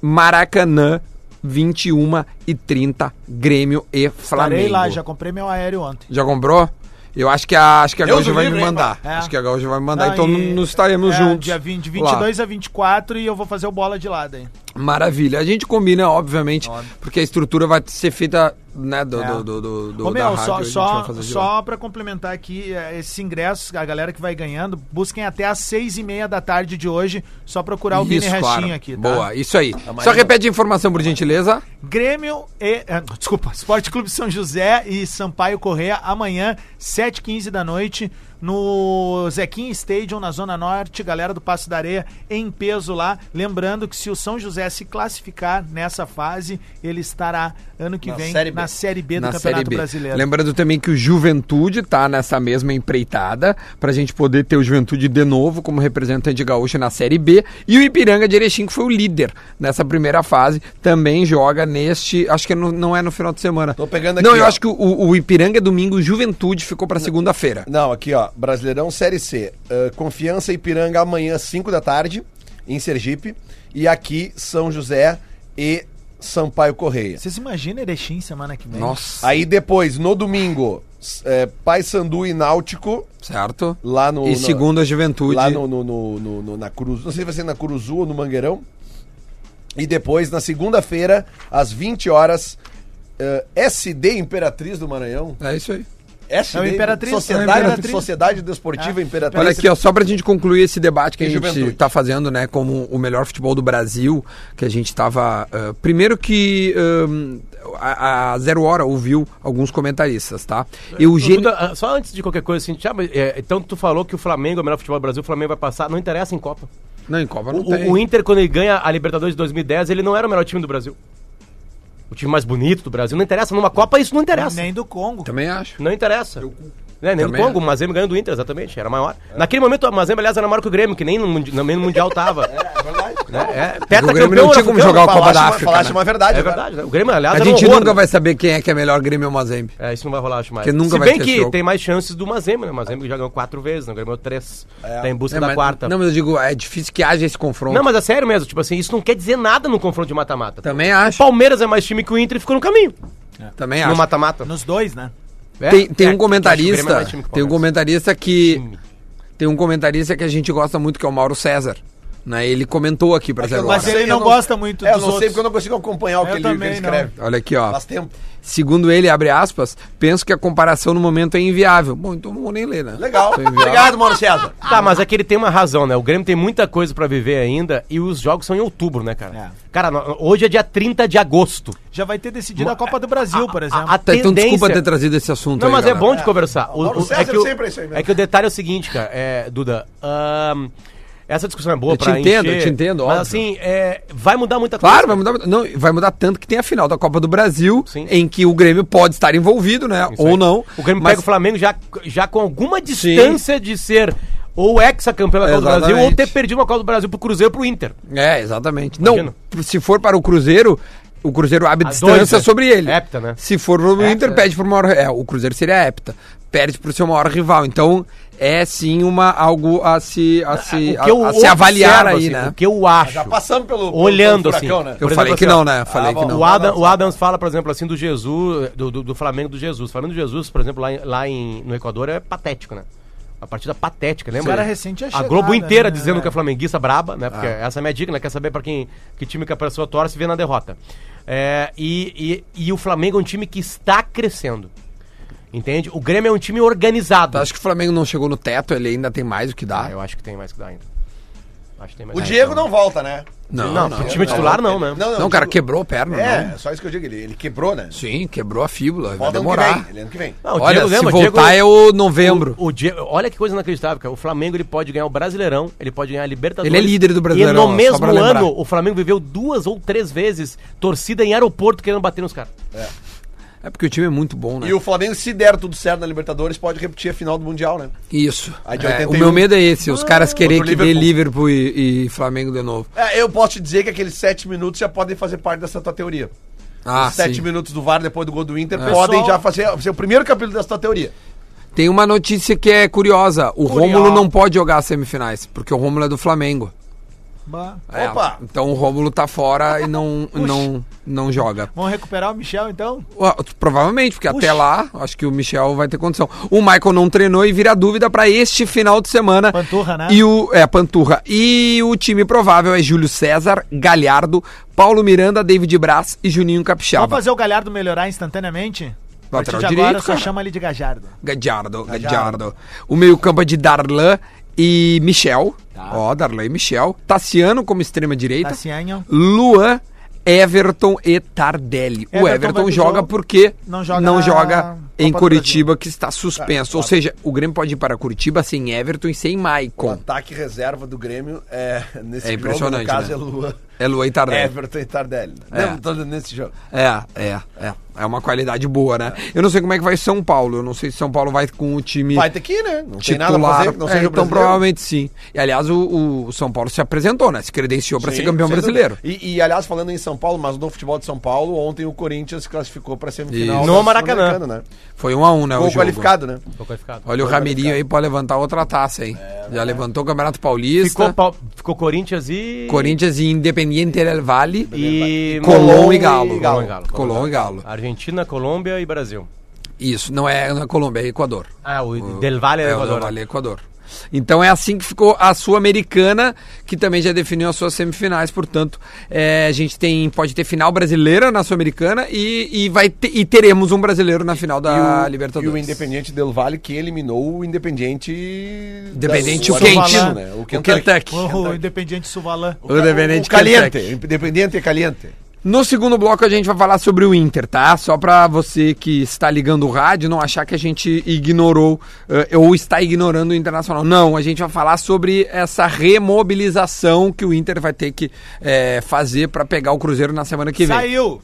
[SPEAKER 2] Maracanã, 21 e 30, Grêmio e Flamengo.
[SPEAKER 3] Parei lá, já comprei meu aéreo ontem.
[SPEAKER 2] Já comprou? Eu acho que a, acho que a
[SPEAKER 5] Deus
[SPEAKER 2] Gaúcha
[SPEAKER 5] o
[SPEAKER 2] vai
[SPEAKER 5] livre,
[SPEAKER 2] me
[SPEAKER 5] hein,
[SPEAKER 2] mandar.
[SPEAKER 3] pá? É.
[SPEAKER 2] Acho que a Gaúcha vai me mandar,
[SPEAKER 3] Não,
[SPEAKER 2] então
[SPEAKER 3] e-
[SPEAKER 2] nos estaremos
[SPEAKER 3] é,
[SPEAKER 2] juntos.
[SPEAKER 3] Dia 20, de
[SPEAKER 2] lá.
[SPEAKER 3] 22 a 24 e eu vou fazer o bola de lado aí.
[SPEAKER 2] Maravilha. A gente combina, obviamente, porque a estrutura vai ser feita né, do,
[SPEAKER 3] É.
[SPEAKER 2] do, do, do, do
[SPEAKER 3] Ô,
[SPEAKER 2] da
[SPEAKER 3] meu,
[SPEAKER 2] rádio, a
[SPEAKER 3] só,
[SPEAKER 2] gente
[SPEAKER 3] só,
[SPEAKER 2] vai fazer de lá.
[SPEAKER 3] só pra complementar aqui, eh, esses ingressos, a galera que vai ganhando, busquem até às seis e meia da tarde de hoje, só procurar é o Vini Restinho aqui, tá?
[SPEAKER 2] Boa, isso aí. Só repete a informação, por gentileza.
[SPEAKER 3] Grêmio e. eh, Desculpa, Esporte Clube São José e Sampaio Correia amanhã, 7h15 da noite, no Zequim Stadium, na Zona Norte. Galera do Passo da Areia em peso lá. Lembrando que se o São José se classificar nessa fase, ele estará ano que
[SPEAKER 5] Na
[SPEAKER 3] vem
[SPEAKER 5] Série B.
[SPEAKER 3] na Série B do
[SPEAKER 2] na
[SPEAKER 3] Campeonato
[SPEAKER 2] Série B.
[SPEAKER 3] Brasileiro.
[SPEAKER 2] Lembrando também que o Juventude tá nessa mesma empreitada, pra gente poder ter o Juventude de novo como representante gaúcho na Série B. E o Ipiranga de Erechim, que foi o líder nessa primeira fase, também joga neste. Acho que no- não é no final de semana.
[SPEAKER 5] Tô pegando aqui,
[SPEAKER 2] Não, eu
[SPEAKER 5] ó.
[SPEAKER 2] acho que o, o Ipiranga é domingo, o Juventude ficou pra segunda-feira.
[SPEAKER 5] Não, aqui ó, Brasileirão Série C. Ah, Confiança e Piranga amanhã, 5 da tarde, em Sergipe. E aqui, São José e Sampaio Correia.
[SPEAKER 3] Vocês imaginam Erechim semana que vem?
[SPEAKER 2] Nossa,
[SPEAKER 5] Aí depois, no domingo, s- é, Paysandu e Náutico,
[SPEAKER 2] certo?
[SPEAKER 5] lá no.
[SPEAKER 2] E
[SPEAKER 5] no-
[SPEAKER 2] segunda, Juventude.
[SPEAKER 5] Lá no, no- no- no- no- na Cruz. Não sei se vai ser na Curuzu ou no Mangueirão. E depois, na segunda-feira, às 20 horas, ah, SD Imperatriz do Maranhão.
[SPEAKER 2] É isso aí.
[SPEAKER 5] SD,
[SPEAKER 3] É o Imperatriz,
[SPEAKER 5] Sociedade,
[SPEAKER 3] é o Imperatriz. É.
[SPEAKER 5] Sociedade Desportiva Imperatriz.
[SPEAKER 2] Olha aqui, ó, só pra gente concluir esse debate que a
[SPEAKER 5] E
[SPEAKER 2] gente
[SPEAKER 5] juventude.
[SPEAKER 2] tá fazendo, né, como o melhor futebol do Brasil, que a gente tava. ah, primeiro que ahm, a, a Zero Hora ouviu alguns comentaristas, tá? Eugênio.
[SPEAKER 6] Duda, ah, só antes de qualquer coisa, assim, já, mas, é, então tu falou que o Flamengo é o melhor futebol do Brasil, o Flamengo vai passar, não interessa em Copa.
[SPEAKER 2] Não, em Copa não
[SPEAKER 6] O,
[SPEAKER 2] tem.
[SPEAKER 6] o Inter, quando ele ganha a Libertadores de 2010, ele não era o melhor time do Brasil. O time mais bonito do Brasil, não interessa. Numa Copa isso não interessa.
[SPEAKER 3] Nem do Congo.
[SPEAKER 2] Também acho.
[SPEAKER 6] Não interessa. É, nem
[SPEAKER 2] Também
[SPEAKER 6] do Congo,
[SPEAKER 2] é.
[SPEAKER 6] o Mazembe ganhou do Inter, exatamente, era maior. Naquele momento, o Mazembe, aliás, era maior que o Grêmio, que nem no, mundi- nem no Mundial tava. É, verdade. É,
[SPEAKER 2] o Grêmio não tinha como jogar o Copa da África.
[SPEAKER 5] falaste
[SPEAKER 2] né?
[SPEAKER 5] uma verdade,
[SPEAKER 6] É
[SPEAKER 5] agora.
[SPEAKER 6] verdade, né? O Grêmio, aliás,
[SPEAKER 2] A
[SPEAKER 6] era um
[SPEAKER 2] gente
[SPEAKER 6] horror,
[SPEAKER 2] nunca
[SPEAKER 6] né?
[SPEAKER 2] vai saber quem é que é melhor Grêmio ou Mazembe.
[SPEAKER 6] É, isso não vai rolar, acho mais.
[SPEAKER 2] Porque nunca
[SPEAKER 6] Se
[SPEAKER 2] vai
[SPEAKER 6] bem
[SPEAKER 2] ter
[SPEAKER 6] que
[SPEAKER 2] jogo.
[SPEAKER 6] tem mais chances do Mazembe, né? O Mazembe já ganhou quatro vezes, né? O Grêmio ganhou três. Tá em busca
[SPEAKER 2] É,
[SPEAKER 6] da
[SPEAKER 2] mas-
[SPEAKER 6] quarta.
[SPEAKER 2] Não, mas eu digo, é difícil que haja esse confronto.
[SPEAKER 6] Não, mas é sério mesmo, tipo assim, isso não quer dizer nada no confronto de mata-mata.
[SPEAKER 2] Também
[SPEAKER 6] O
[SPEAKER 2] acho.
[SPEAKER 6] Palmeiras é mais time que o Inter e ficou no caminho.
[SPEAKER 2] Também
[SPEAKER 6] No
[SPEAKER 2] acho.
[SPEAKER 6] mata-mata.
[SPEAKER 3] Nos dois, né?
[SPEAKER 6] É,
[SPEAKER 2] Tem, tem um
[SPEAKER 6] é, eu acho que o Grêmio é
[SPEAKER 2] comentarista.
[SPEAKER 6] mais time que o
[SPEAKER 2] Tem um
[SPEAKER 6] Palmeiras.
[SPEAKER 2] comentarista que. Tem um comentarista que a gente gosta muito, que é o Mauro César. Né? Ele comentou aqui pra
[SPEAKER 5] Mas eu
[SPEAKER 6] é-
[SPEAKER 2] Zero
[SPEAKER 5] não
[SPEAKER 2] Hora.
[SPEAKER 3] Mas ele
[SPEAKER 5] sei,
[SPEAKER 3] não
[SPEAKER 5] eu
[SPEAKER 3] gosta muito
[SPEAKER 5] é, eu
[SPEAKER 3] dos
[SPEAKER 5] não sei
[SPEAKER 3] outros.
[SPEAKER 5] porque eu não consigo acompanhar o que
[SPEAKER 3] Eu
[SPEAKER 5] ele, que ele
[SPEAKER 3] também não.
[SPEAKER 5] escreve.
[SPEAKER 2] Olha aqui, ó.
[SPEAKER 5] Faz tempo.
[SPEAKER 2] Segundo ele, abre aspas, penso que a comparação no momento é inviável. Bom, então não vou nem ler, né?
[SPEAKER 5] Legal.
[SPEAKER 2] Tô inviável.
[SPEAKER 5] Obrigado, Mauro César.
[SPEAKER 6] Tá, mas é que ele tem uma razão, né? O Grêmio tem muita coisa pra viver ainda e os jogos são em outubro, né, cara?
[SPEAKER 3] É.
[SPEAKER 6] Cara, no- hoje é dia 30 de agosto.
[SPEAKER 3] Já vai ter decidido a Copa do Brasil, por exemplo.
[SPEAKER 6] A
[SPEAKER 2] Tá, então desculpa ter
[SPEAKER 6] tendência-
[SPEAKER 2] trazido esse assunto
[SPEAKER 6] Não,
[SPEAKER 2] aí,
[SPEAKER 6] mas é
[SPEAKER 2] galera.
[SPEAKER 6] bom de conversar. O-
[SPEAKER 5] Mauro
[SPEAKER 6] o- é,
[SPEAKER 5] César
[SPEAKER 6] que o,
[SPEAKER 5] sempre é isso aí mesmo.
[SPEAKER 6] é que o detalhe é o seguinte, cara, é, Duda. ahn, essa discussão é boa
[SPEAKER 2] Eu te
[SPEAKER 6] pra
[SPEAKER 2] entendo,
[SPEAKER 6] encher,
[SPEAKER 2] eu te entendo,
[SPEAKER 6] Mas
[SPEAKER 2] óbvio.
[SPEAKER 6] assim, é, vai mudar muita coisa.
[SPEAKER 2] Claro, vai mudar, não, vai mudar tanto que tem a final da Copa do Brasil,
[SPEAKER 6] Sim.
[SPEAKER 2] em que o Grêmio pode estar envolvido, né?
[SPEAKER 6] Isso
[SPEAKER 2] Ou
[SPEAKER 6] aí.
[SPEAKER 2] não.
[SPEAKER 6] O Grêmio
[SPEAKER 2] mas-
[SPEAKER 6] pega o Flamengo já, já com alguma distância de ser ou ex-campeão da Copa do Brasil ou
[SPEAKER 2] Exatamente.
[SPEAKER 6] ter perdido uma Copa do Brasil pro Cruzeiro pro Inter.
[SPEAKER 2] É, exatamente.
[SPEAKER 6] Imagina.
[SPEAKER 2] Não, se for para o Cruzeiro, O Cruzeiro abre
[SPEAKER 6] A
[SPEAKER 2] distância
[SPEAKER 6] dois, né?
[SPEAKER 2] sobre ele.
[SPEAKER 6] Hepta, né?
[SPEAKER 2] Se for o
[SPEAKER 6] Hepta,
[SPEAKER 2] Inter,
[SPEAKER 6] né?
[SPEAKER 2] perde pro maior. É, o Cruzeiro seria hepta. Perde pro seu maior rival. Então, é sim uma, algo a se, a se,
[SPEAKER 6] Ah, O que eu
[SPEAKER 2] a, a se avaliar
[SPEAKER 6] observo,
[SPEAKER 2] aí,
[SPEAKER 6] assim,
[SPEAKER 2] né?
[SPEAKER 6] O que eu acho.
[SPEAKER 5] Já passamos pelo, pelo-
[SPEAKER 6] olhando
[SPEAKER 5] pelo furacão,
[SPEAKER 6] assim.
[SPEAKER 5] né?
[SPEAKER 2] Eu
[SPEAKER 6] por
[SPEAKER 2] falei
[SPEAKER 6] exemplo,
[SPEAKER 2] que
[SPEAKER 6] assim,
[SPEAKER 2] não,
[SPEAKER 6] ó,
[SPEAKER 2] né? Falei
[SPEAKER 5] bom.
[SPEAKER 2] que não.
[SPEAKER 6] O, Adam, o Adams fala, por exemplo, assim, do Jesus, do, do, do Flamengo do Jesus. O Flamengo do Jesus, por exemplo, lá, em- lá em, no Equador é patético, né? A partida patética, lembra?
[SPEAKER 3] Os caras recente é
[SPEAKER 6] a
[SPEAKER 3] chegada,
[SPEAKER 6] Globo inteira
[SPEAKER 3] né?
[SPEAKER 6] dizendo
[SPEAKER 3] É.
[SPEAKER 6] que é flamenguista braba, né? Porque
[SPEAKER 2] Ah.
[SPEAKER 6] essa é a minha dica, né? Quer saber pra quem que time que a pessoa torce vê na derrota. É, e, e, e o Flamengo é um time que está crescendo. Entende? O Grêmio é um time organizado.
[SPEAKER 2] Tu acha Tá, que o Flamengo não chegou no teto? Ele ainda tem mais o que
[SPEAKER 6] Ah,
[SPEAKER 2] dar?
[SPEAKER 6] eu acho que tem mais que dar ainda. Acho que tem mais
[SPEAKER 5] O
[SPEAKER 6] que
[SPEAKER 5] Diego
[SPEAKER 6] dar.
[SPEAKER 5] não volta, né?
[SPEAKER 2] Não,
[SPEAKER 6] Não,
[SPEAKER 2] não.
[SPEAKER 6] pro time titular não, né?
[SPEAKER 2] Não, o cara
[SPEAKER 5] digo-
[SPEAKER 2] quebrou a perna,
[SPEAKER 5] É,
[SPEAKER 2] não.
[SPEAKER 5] só isso que eu digo, ele, ele quebrou, né?
[SPEAKER 2] Sim, quebrou a fíbula. Vai
[SPEAKER 5] Volta ano que
[SPEAKER 2] demorar.
[SPEAKER 5] vem, ele é ano que vem.
[SPEAKER 6] um Não, o
[SPEAKER 2] Olha,
[SPEAKER 6] Diego,
[SPEAKER 2] se
[SPEAKER 6] lembra, o Diego-
[SPEAKER 2] voltar é o novembro.
[SPEAKER 6] O Diego, olha que coisa inacreditável, cara. O Flamengo ele pode ganhar o Brasileirão, ele pode ganhar a Libertadores.
[SPEAKER 2] Ele é líder do Brasileirão,
[SPEAKER 6] E
[SPEAKER 2] ó,
[SPEAKER 6] no
[SPEAKER 2] só
[SPEAKER 6] mesmo
[SPEAKER 2] pra lembrar.
[SPEAKER 6] ano, o Flamengo viveu duas ou três vezes torcida em aeroporto querendo bater nos caras.
[SPEAKER 2] É porque o time é muito bom, né?
[SPEAKER 5] E o Flamengo, se der tudo certo na Libertadores, pode repetir a final do Mundial, né?
[SPEAKER 2] Isso.
[SPEAKER 5] A de
[SPEAKER 2] É, o
[SPEAKER 5] 81.
[SPEAKER 2] meu medo é esse,
[SPEAKER 3] Ah,
[SPEAKER 2] os caras querem que
[SPEAKER 5] Contra o
[SPEAKER 2] dê Liverpool e, e Flamengo de novo.
[SPEAKER 5] É, eu posso te dizer que aqueles sete minutos já podem fazer parte dessa tua teoria.
[SPEAKER 2] Ah,
[SPEAKER 5] Os sete
[SPEAKER 2] sim.
[SPEAKER 5] minutos do VAR depois do gol do Inter podem já fazer, ser o primeiro capítulo dessa tua teoria.
[SPEAKER 2] Tem uma notícia que é curiosa. O Rômulo não pode jogar as semifinais, porque o Rômulo é do Flamengo.
[SPEAKER 3] Bah.
[SPEAKER 2] É,
[SPEAKER 5] Opa!
[SPEAKER 2] então o Rômulo tá fora e não, não, não joga.
[SPEAKER 3] Vamos recuperar o Michel, então?
[SPEAKER 2] Ó, Provavelmente, porque até lá, acho que o Michel vai ter condição. O Michael não treinou e vira dúvida pra este final de semana.
[SPEAKER 3] Panturra, né?
[SPEAKER 2] E o, é, Panturra. E o time provável é Júlio César, Galhardo, Paulo Miranda, David Braz e Juninho
[SPEAKER 3] Vamos
[SPEAKER 2] Capixaba.
[SPEAKER 3] fazer o Galhardo melhorar instantaneamente? A partir
[SPEAKER 2] Lateral
[SPEAKER 3] de agora,
[SPEAKER 2] direito,
[SPEAKER 3] só
[SPEAKER 2] cara.
[SPEAKER 3] chama ele de Gajardo.
[SPEAKER 2] Gadiardo, Gadiardo. O meio-campo é de Darlan e Michel. Ó, Darlan e Michel. Tassiano como extrema-direita.
[SPEAKER 3] Tá. Tassiano.
[SPEAKER 2] Luan, Everton e Tardelli. o
[SPEAKER 3] Everton vai
[SPEAKER 2] Everton
[SPEAKER 3] pro
[SPEAKER 2] joga
[SPEAKER 3] jogo,
[SPEAKER 2] porque não joga,
[SPEAKER 3] não joga na Copa
[SPEAKER 2] em
[SPEAKER 3] do Tá,
[SPEAKER 2] Curitiba, que está suspenso. Ou seja, o Grêmio pode ir para Curitiba sem Everton e sem
[SPEAKER 5] O
[SPEAKER 2] Maicon.
[SPEAKER 5] ataque reserva do Grêmio é nesse
[SPEAKER 2] É impressionante,
[SPEAKER 5] jogo, no caso
[SPEAKER 2] né?
[SPEAKER 5] é Lua,
[SPEAKER 2] É Luan e Tardelli.
[SPEAKER 5] Everton e Tardelli.
[SPEAKER 2] É.
[SPEAKER 5] Não, tô nesse jogo.
[SPEAKER 2] É, é, é. É uma qualidade boa, né? Eu não sei como é que vai São Paulo. Eu não sei se São Paulo vai com o time
[SPEAKER 5] Vai ter que ir, né? Não
[SPEAKER 2] titular.
[SPEAKER 5] tem nada a fazer, que
[SPEAKER 2] É,
[SPEAKER 5] não seja
[SPEAKER 2] então,
[SPEAKER 5] o brasileiro.
[SPEAKER 2] provavelmente sim. E, aliás, o, o São Paulo se apresentou, né? Se credenciou para
[SPEAKER 5] Sim,
[SPEAKER 2] ser campeão
[SPEAKER 5] sem
[SPEAKER 2] brasileiro.
[SPEAKER 5] dúvida. E, e, aliás, falando em São Paulo, mas no futebol de São Paulo, ontem o Corinthians se classificou para semifinal.
[SPEAKER 2] Isso.
[SPEAKER 5] da
[SPEAKER 6] No Maracanã.
[SPEAKER 5] Sul-Americana, Né?
[SPEAKER 2] Foi um a um, né? o
[SPEAKER 5] Gol
[SPEAKER 2] jogo.
[SPEAKER 5] qualificado, né?
[SPEAKER 6] Ficou qualificado.
[SPEAKER 2] Olha o Ramirinho aí pode levantar outra taça, hein?
[SPEAKER 5] É,
[SPEAKER 2] Já
[SPEAKER 5] né?
[SPEAKER 2] levantou o Campeonato Paulista.
[SPEAKER 6] Ficou, pau- ficou Corinthians e.
[SPEAKER 2] Corinthians e Independiente del Valle.
[SPEAKER 6] e.
[SPEAKER 2] Colom e
[SPEAKER 5] e
[SPEAKER 2] Galo.
[SPEAKER 5] Galo.
[SPEAKER 6] Colom e Galo.
[SPEAKER 2] Colom e Galo.
[SPEAKER 6] Argentina, Colômbia e Brasil.
[SPEAKER 2] Isso, não é na Colômbia, é Equador.
[SPEAKER 6] Ah, o Del Valle
[SPEAKER 2] é,
[SPEAKER 6] é,
[SPEAKER 2] o
[SPEAKER 6] Equador.
[SPEAKER 2] Del Valle é Equador. Então é assim que ficou a Sul-Americana, que também já definiu as suas semifinais, portanto, é, a gente tem, pode ter final brasileira na Sul-Americana e, e, vai ter- e teremos um brasileiro na final da
[SPEAKER 5] e o,
[SPEAKER 2] Ah, Libertadores.
[SPEAKER 5] E o Independiente Del Valle que eliminou o Independiente.
[SPEAKER 2] Independente
[SPEAKER 5] da-
[SPEAKER 2] o
[SPEAKER 3] o Arrobalá,
[SPEAKER 2] quente,
[SPEAKER 5] né?
[SPEAKER 2] o
[SPEAKER 5] O
[SPEAKER 2] Kentucky.
[SPEAKER 5] Kentucky.
[SPEAKER 3] O Independiente Suvalã.
[SPEAKER 2] O Independente
[SPEAKER 5] O Caliente. Independiente Caliente.
[SPEAKER 2] No segundo bloco a gente vai falar sobre o Inter, tá? Só pra você que está ligando o rádio não achar que a gente ignorou eh, ou está ignorando o Internacional. Não, a gente vai falar sobre essa remobilização que o Inter vai ter que eh, fazer pra pegar o Cruzeiro na semana que vem.
[SPEAKER 3] Saiu!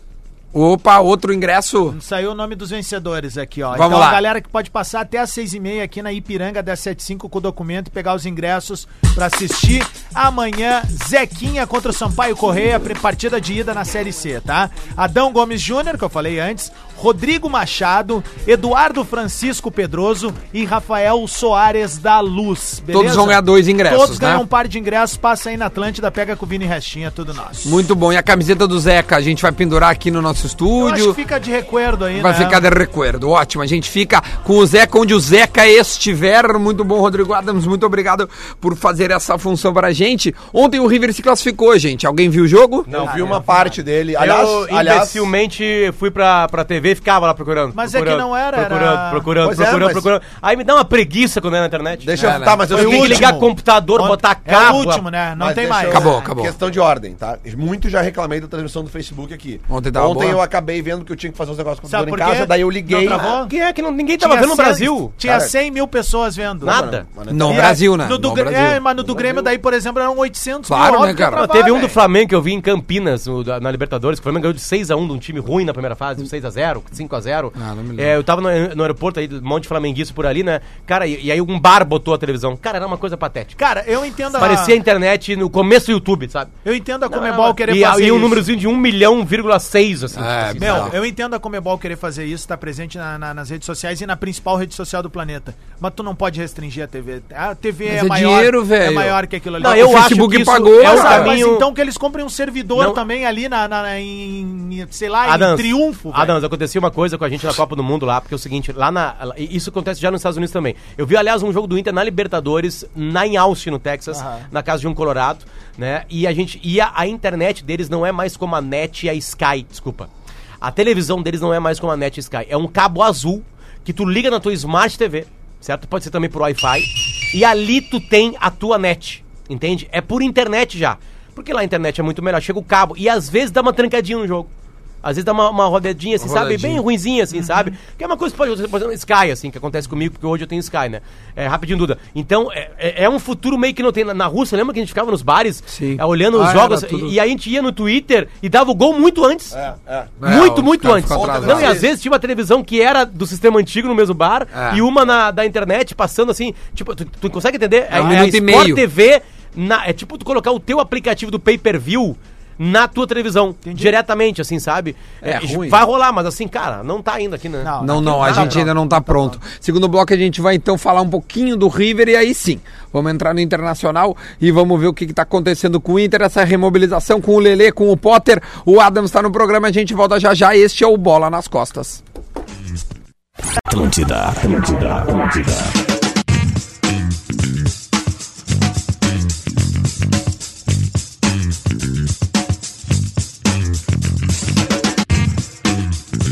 [SPEAKER 2] Opa, outro ingresso.
[SPEAKER 3] Saiu o nome dos vencedores aqui, ó.
[SPEAKER 2] Vamos
[SPEAKER 3] então,
[SPEAKER 2] lá.
[SPEAKER 3] a galera que pode passar até às seis e meia aqui na Ipiranga 1075 com o documento e pegar os ingressos pra assistir amanhã Zequinha contra o Sampaio Correia, pre- partida de ida na Série C, tá? Adão Gomes Júnior, que eu falei antes, Rodrigo Machado, Eduardo Francisco Pedroso e Rafael Soares da Luz, beleza?
[SPEAKER 2] Todos vão ganhar dois ingressos,
[SPEAKER 3] Todos ganham
[SPEAKER 2] né?
[SPEAKER 3] um par de ingressos, passa aí na Atlântida, pega com o Vini Restinha, tudo nosso.
[SPEAKER 2] Muito bom. E a camiseta do Zeca, a gente vai pendurar aqui no nosso
[SPEAKER 3] Eu acho que
[SPEAKER 2] estúdio.
[SPEAKER 3] fica de recuerdo aí,
[SPEAKER 2] Vai
[SPEAKER 3] né?
[SPEAKER 2] ficar de recuerdo. Ótimo. A gente fica com o Zeca onde o Zeca estiver. Muito bom, Rodrigo Adams. Muito obrigado por fazer essa função pra gente. Ontem o River se classificou, gente. Alguém viu o jogo?
[SPEAKER 5] Não, vi uma parte
[SPEAKER 3] É
[SPEAKER 5] dele. Aliás,
[SPEAKER 6] eu
[SPEAKER 5] aliás
[SPEAKER 6] imbecilmente fui pra, pra TV e ficava lá procurando.
[SPEAKER 3] Mas é que
[SPEAKER 6] procurando,
[SPEAKER 3] não era, era-
[SPEAKER 6] Procurando, procurando,
[SPEAKER 5] Pois é,
[SPEAKER 6] procurando,
[SPEAKER 5] mas-
[SPEAKER 6] procurando. Aí me dá uma preguiça quando é na internet.
[SPEAKER 5] deixa
[SPEAKER 2] É,
[SPEAKER 5] eu.
[SPEAKER 2] né?
[SPEAKER 5] Tá, mas eu
[SPEAKER 6] eu tenho que
[SPEAKER 5] seguinte,
[SPEAKER 6] ligar computador,
[SPEAKER 3] Ontem-
[SPEAKER 6] botar
[SPEAKER 3] É o
[SPEAKER 6] carro.
[SPEAKER 3] último, né? Não
[SPEAKER 5] Mas
[SPEAKER 3] tem
[SPEAKER 5] deixa
[SPEAKER 3] mais.
[SPEAKER 5] eu-
[SPEAKER 2] Acabou, acabou.
[SPEAKER 5] Questão de ordem, tá? Muito já reclamei da transmissão do Facebook aqui.
[SPEAKER 2] Ontem tava boa.
[SPEAKER 5] eu acabei vendo que eu tinha que fazer uns negócios com o
[SPEAKER 3] Sabe
[SPEAKER 5] computador em
[SPEAKER 3] por quê?
[SPEAKER 5] casa, daí eu liguei.
[SPEAKER 3] Não travou?
[SPEAKER 6] Quem é que não, ninguém
[SPEAKER 3] Tinha
[SPEAKER 6] tava vendo no
[SPEAKER 3] cem-
[SPEAKER 6] Brasil?
[SPEAKER 3] Tinha
[SPEAKER 5] Cara.
[SPEAKER 3] 100 mil pessoas vendo.
[SPEAKER 6] Nada.
[SPEAKER 2] No
[SPEAKER 3] E
[SPEAKER 2] Brasil,
[SPEAKER 3] aí,
[SPEAKER 2] né?
[SPEAKER 3] No do,
[SPEAKER 2] No
[SPEAKER 3] Grê-
[SPEAKER 2] Brasil.
[SPEAKER 3] É, mas no do Grêmio, daí, por exemplo, eram 800
[SPEAKER 2] Claro, né,
[SPEAKER 3] óbvio que
[SPEAKER 2] cara?
[SPEAKER 6] Não,
[SPEAKER 3] eu
[SPEAKER 6] teve
[SPEAKER 3] travava,
[SPEAKER 6] um do
[SPEAKER 3] velho.
[SPEAKER 6] um Flamengo que eu vi em Campinas, no- da- na Libertadores, que o Flamengo ganhou de 6x1 de um time ruim na primeira fase, 6x0. 4, 5 a 0
[SPEAKER 2] Ah, não me lembro.
[SPEAKER 6] é, eu tava no, no aeroporto aí, um monte de flamenguista por ali, né? Cara, e, e aí um bar botou a televisão. Cara, era uma coisa patética.
[SPEAKER 3] Cara, eu entendo a.
[SPEAKER 6] Parecia a internet no começo do YouTube, sabe?
[SPEAKER 3] Eu entendo a
[SPEAKER 6] Não,
[SPEAKER 3] Comebol
[SPEAKER 6] não,
[SPEAKER 3] querer
[SPEAKER 6] e,
[SPEAKER 3] fazer
[SPEAKER 6] E um
[SPEAKER 3] isso.
[SPEAKER 6] númerozinho de 1 milhão,6, assim.
[SPEAKER 2] É,
[SPEAKER 6] assim,
[SPEAKER 3] Meu,
[SPEAKER 6] sabe?
[SPEAKER 3] eu entendo a Comebol querer fazer isso, tá presente na- na- nas redes sociais e na principal rede social do planeta. Mas tu não pode restringir a TV. A TV
[SPEAKER 2] Mas
[SPEAKER 3] é,
[SPEAKER 2] é
[SPEAKER 3] maior.
[SPEAKER 2] dinheiro,
[SPEAKER 3] É
[SPEAKER 2] velho.
[SPEAKER 3] maior que aquilo ali.
[SPEAKER 6] Não,
[SPEAKER 3] O
[SPEAKER 6] eu
[SPEAKER 3] Facebook
[SPEAKER 2] Facebook
[SPEAKER 6] acho que isso
[SPEAKER 2] pagou,
[SPEAKER 6] é o
[SPEAKER 2] cara.
[SPEAKER 3] Sabe,
[SPEAKER 6] caminho...
[SPEAKER 3] Mas então que eles comprem um servidor
[SPEAKER 6] Não.
[SPEAKER 3] também ali na, na- em, sei lá, em
[SPEAKER 6] Adams,
[SPEAKER 3] triunfo. velho.
[SPEAKER 6] Adams, acontecia uma coisa com a gente na Copa do Mundo lá, porque é o seguinte, lá na. lá- e Isso acontece já nos Estados Unidos também. Eu vi, aliás, um jogo do Inter na Libertadores, na em Austin, no Texas, na casa de um Colorado, né? E a gente. E a, a internet deles não é mais como a net e a Sky, desculpa. A televisão deles não é mais como a net e Sky. É um cabo azul que tu liga na tua Smart TV, certo? Pode ser também por Wi-Fi. E ali tu tem a tua net. Entende? É por internet já. Porque lá a internet é muito melhor. Chega o cabo. E às vezes dá uma trancadinha no jogo. Às vezes dá uma, uma rodadinha, assim,
[SPEAKER 2] Uma
[SPEAKER 6] sabe?
[SPEAKER 2] rodadinha.
[SPEAKER 6] Bem ruinzinha,
[SPEAKER 2] Uhum.
[SPEAKER 6] assim, sabe? Que é uma coisa que pode por exemplo, Sky, assim, que acontece comigo, porque hoje eu tenho Sky, né? É, rapidinho, Duda. Então, é, é- é um futuro meio que não tem. Na, na Rússia, lembra que a gente ficava nos bares?
[SPEAKER 2] Sim.
[SPEAKER 6] é, olhando
[SPEAKER 2] Ah,
[SPEAKER 6] os
[SPEAKER 2] era
[SPEAKER 6] jogos.
[SPEAKER 2] tudo-
[SPEAKER 6] E, e a gente ia no Twitter e dava o gol muito antes.
[SPEAKER 5] É, é.
[SPEAKER 2] É,
[SPEAKER 6] Muito,
[SPEAKER 2] os
[SPEAKER 6] muito
[SPEAKER 2] caras
[SPEAKER 6] antes.
[SPEAKER 2] ficam atrasados.
[SPEAKER 6] Não, e às vezes tinha uma televisão que era do sistema antigo no mesmo bar
[SPEAKER 2] É.
[SPEAKER 6] e uma na- da internet passando assim. Tipo, tu, tu consegue entender? É,
[SPEAKER 2] um
[SPEAKER 6] a
[SPEAKER 2] minuto e meio.
[SPEAKER 6] TV. na- é tipo tu colocar o teu aplicativo do pay per view na tua televisão. Diretamente, assim, sabe?
[SPEAKER 2] É, ruim.
[SPEAKER 6] Vai rolar, mas assim, cara, não tá ainda aqui, né?
[SPEAKER 3] Não.
[SPEAKER 2] Não, não, a
[SPEAKER 6] Tá
[SPEAKER 2] gente
[SPEAKER 6] pronto.
[SPEAKER 2] ainda não tá pronto. Segundo bloco, a gente vai então falar um pouquinho do River e aí sim, vamos entrar no Internacional e vamos ver o que, que tá acontecendo com o Inter, essa remobilização com o Lelê, com o Potter. O Adams está no programa, a gente volta já já. Este é o Bola nas Costas.
[SPEAKER 1] Atlântida, Atlântida, Atlântida.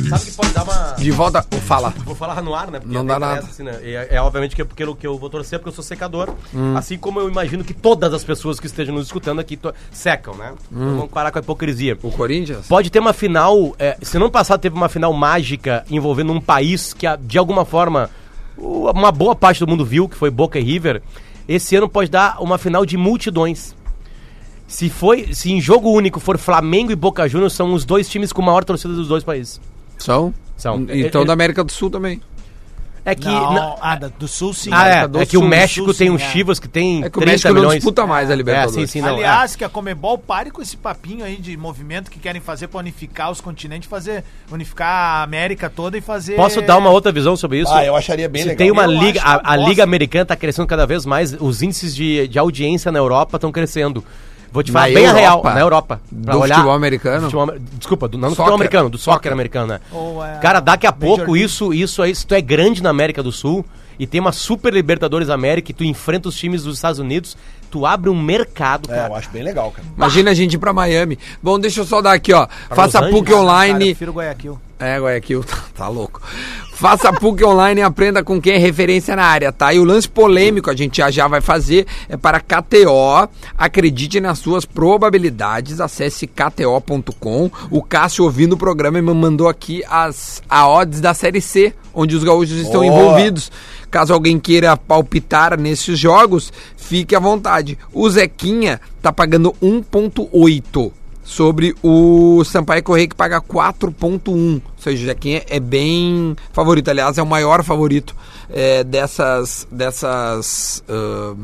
[SPEAKER 6] Sabe que pode dar uma.
[SPEAKER 2] De volta, o fala.
[SPEAKER 6] Vou falar no ar, né? Porque
[SPEAKER 2] Não
[SPEAKER 6] eu
[SPEAKER 2] dá
[SPEAKER 6] tenho
[SPEAKER 2] nada.
[SPEAKER 6] essa, assim, né? E é, é obviamente que é pelo que eu vou torcer, porque eu sou secador.
[SPEAKER 2] Hum.
[SPEAKER 6] Assim como eu imagino que todas as pessoas que estejam nos escutando aqui to- secam, né?
[SPEAKER 2] Hum.
[SPEAKER 6] Então vamos parar com a hipocrisia.
[SPEAKER 2] O Corinthians?
[SPEAKER 6] Pode ter uma final. é, se não passar, teve uma final mágica envolvendo um país que, a- de alguma forma, o- uma boa parte do mundo viu, que foi Boca e River. Esse ano pode dar uma final de multidões. Se, foi, se em jogo único for Flamengo e Boca Juniors, são os dois times com maior torcida dos dois países.
[SPEAKER 2] São?
[SPEAKER 6] São.
[SPEAKER 2] Então
[SPEAKER 6] É-
[SPEAKER 2] da América do Sul também.
[SPEAKER 6] É que.
[SPEAKER 3] Não,
[SPEAKER 6] na-
[SPEAKER 3] ah, da- do Sul sim.
[SPEAKER 6] Ah,
[SPEAKER 2] América
[SPEAKER 6] é.
[SPEAKER 2] do
[SPEAKER 6] é que o
[SPEAKER 2] Sul,
[SPEAKER 6] México
[SPEAKER 3] Sul,
[SPEAKER 6] tem
[SPEAKER 3] sim,
[SPEAKER 6] o
[SPEAKER 3] é.
[SPEAKER 6] Chivas que tem
[SPEAKER 2] É que o
[SPEAKER 6] 30
[SPEAKER 2] México não
[SPEAKER 6] milhões.
[SPEAKER 2] disputa mais a Libertadores.
[SPEAKER 6] É, sim, sim, não.
[SPEAKER 3] Aliás, que a Comebol pare com esse papinho aí de movimento que querem fazer pra unificar os continentes, fazer unificar a América toda e fazer.
[SPEAKER 6] é. Posso dar uma outra visão sobre isso?
[SPEAKER 5] Ah, eu acharia bem
[SPEAKER 6] Se
[SPEAKER 5] legal.
[SPEAKER 6] tem uma
[SPEAKER 3] Eu
[SPEAKER 6] liga,
[SPEAKER 3] acho uma
[SPEAKER 6] a, a
[SPEAKER 3] bosta.
[SPEAKER 6] liga americana tá crescendo cada vez mais, os índices de, de audiência na Europa estão crescendo. Vou te
[SPEAKER 2] Na
[SPEAKER 6] falar bem a real,
[SPEAKER 2] Europa?
[SPEAKER 6] na Europa. pra
[SPEAKER 2] Do futebol americano?
[SPEAKER 6] Futebol amer- desculpa, do, não do
[SPEAKER 2] Soccer.
[SPEAKER 6] futebol americano, do soccer, americano, né?
[SPEAKER 3] Ou, é,
[SPEAKER 6] Cara, daqui a
[SPEAKER 3] Major
[SPEAKER 6] pouco
[SPEAKER 3] League.
[SPEAKER 6] isso, isso aí, se tu é grande na América do Sul e tem uma Super Libertadores América e tu enfrenta os times dos Estados Unidos, tu abre um mercado,
[SPEAKER 5] É,
[SPEAKER 6] cara.
[SPEAKER 5] eu acho bem legal, cara.
[SPEAKER 2] Imagina a gente ir pra Miami. Bom, deixa eu só dar aqui, ó. Faça
[SPEAKER 6] Los
[SPEAKER 2] PUC
[SPEAKER 6] Angeles,
[SPEAKER 3] Cara, eu
[SPEAKER 2] online.
[SPEAKER 3] prefiro Guayaquil.
[SPEAKER 2] É, Guayaquil, tá, tá louco. Faça PUC online e aprenda com quem é referência na área, tá? E o lance polêmico a gente já já vai fazer é para KTO. Acredite nas suas probabilidades, acesse kto.com. O Cássio ouvindo o programa me mandou aqui as a odds da Série C, onde os gaúchos estão
[SPEAKER 5] Boa.
[SPEAKER 2] envolvidos. Caso alguém queira palpitar nesses jogos, fique à vontade. O Zequinha tá pagando 1.8 sobre o Sampaio Correia que paga 4.1. Ou seja, o Zequinha é bem favorito. Aliás, é o maior favorito é, dessas dessas ahn,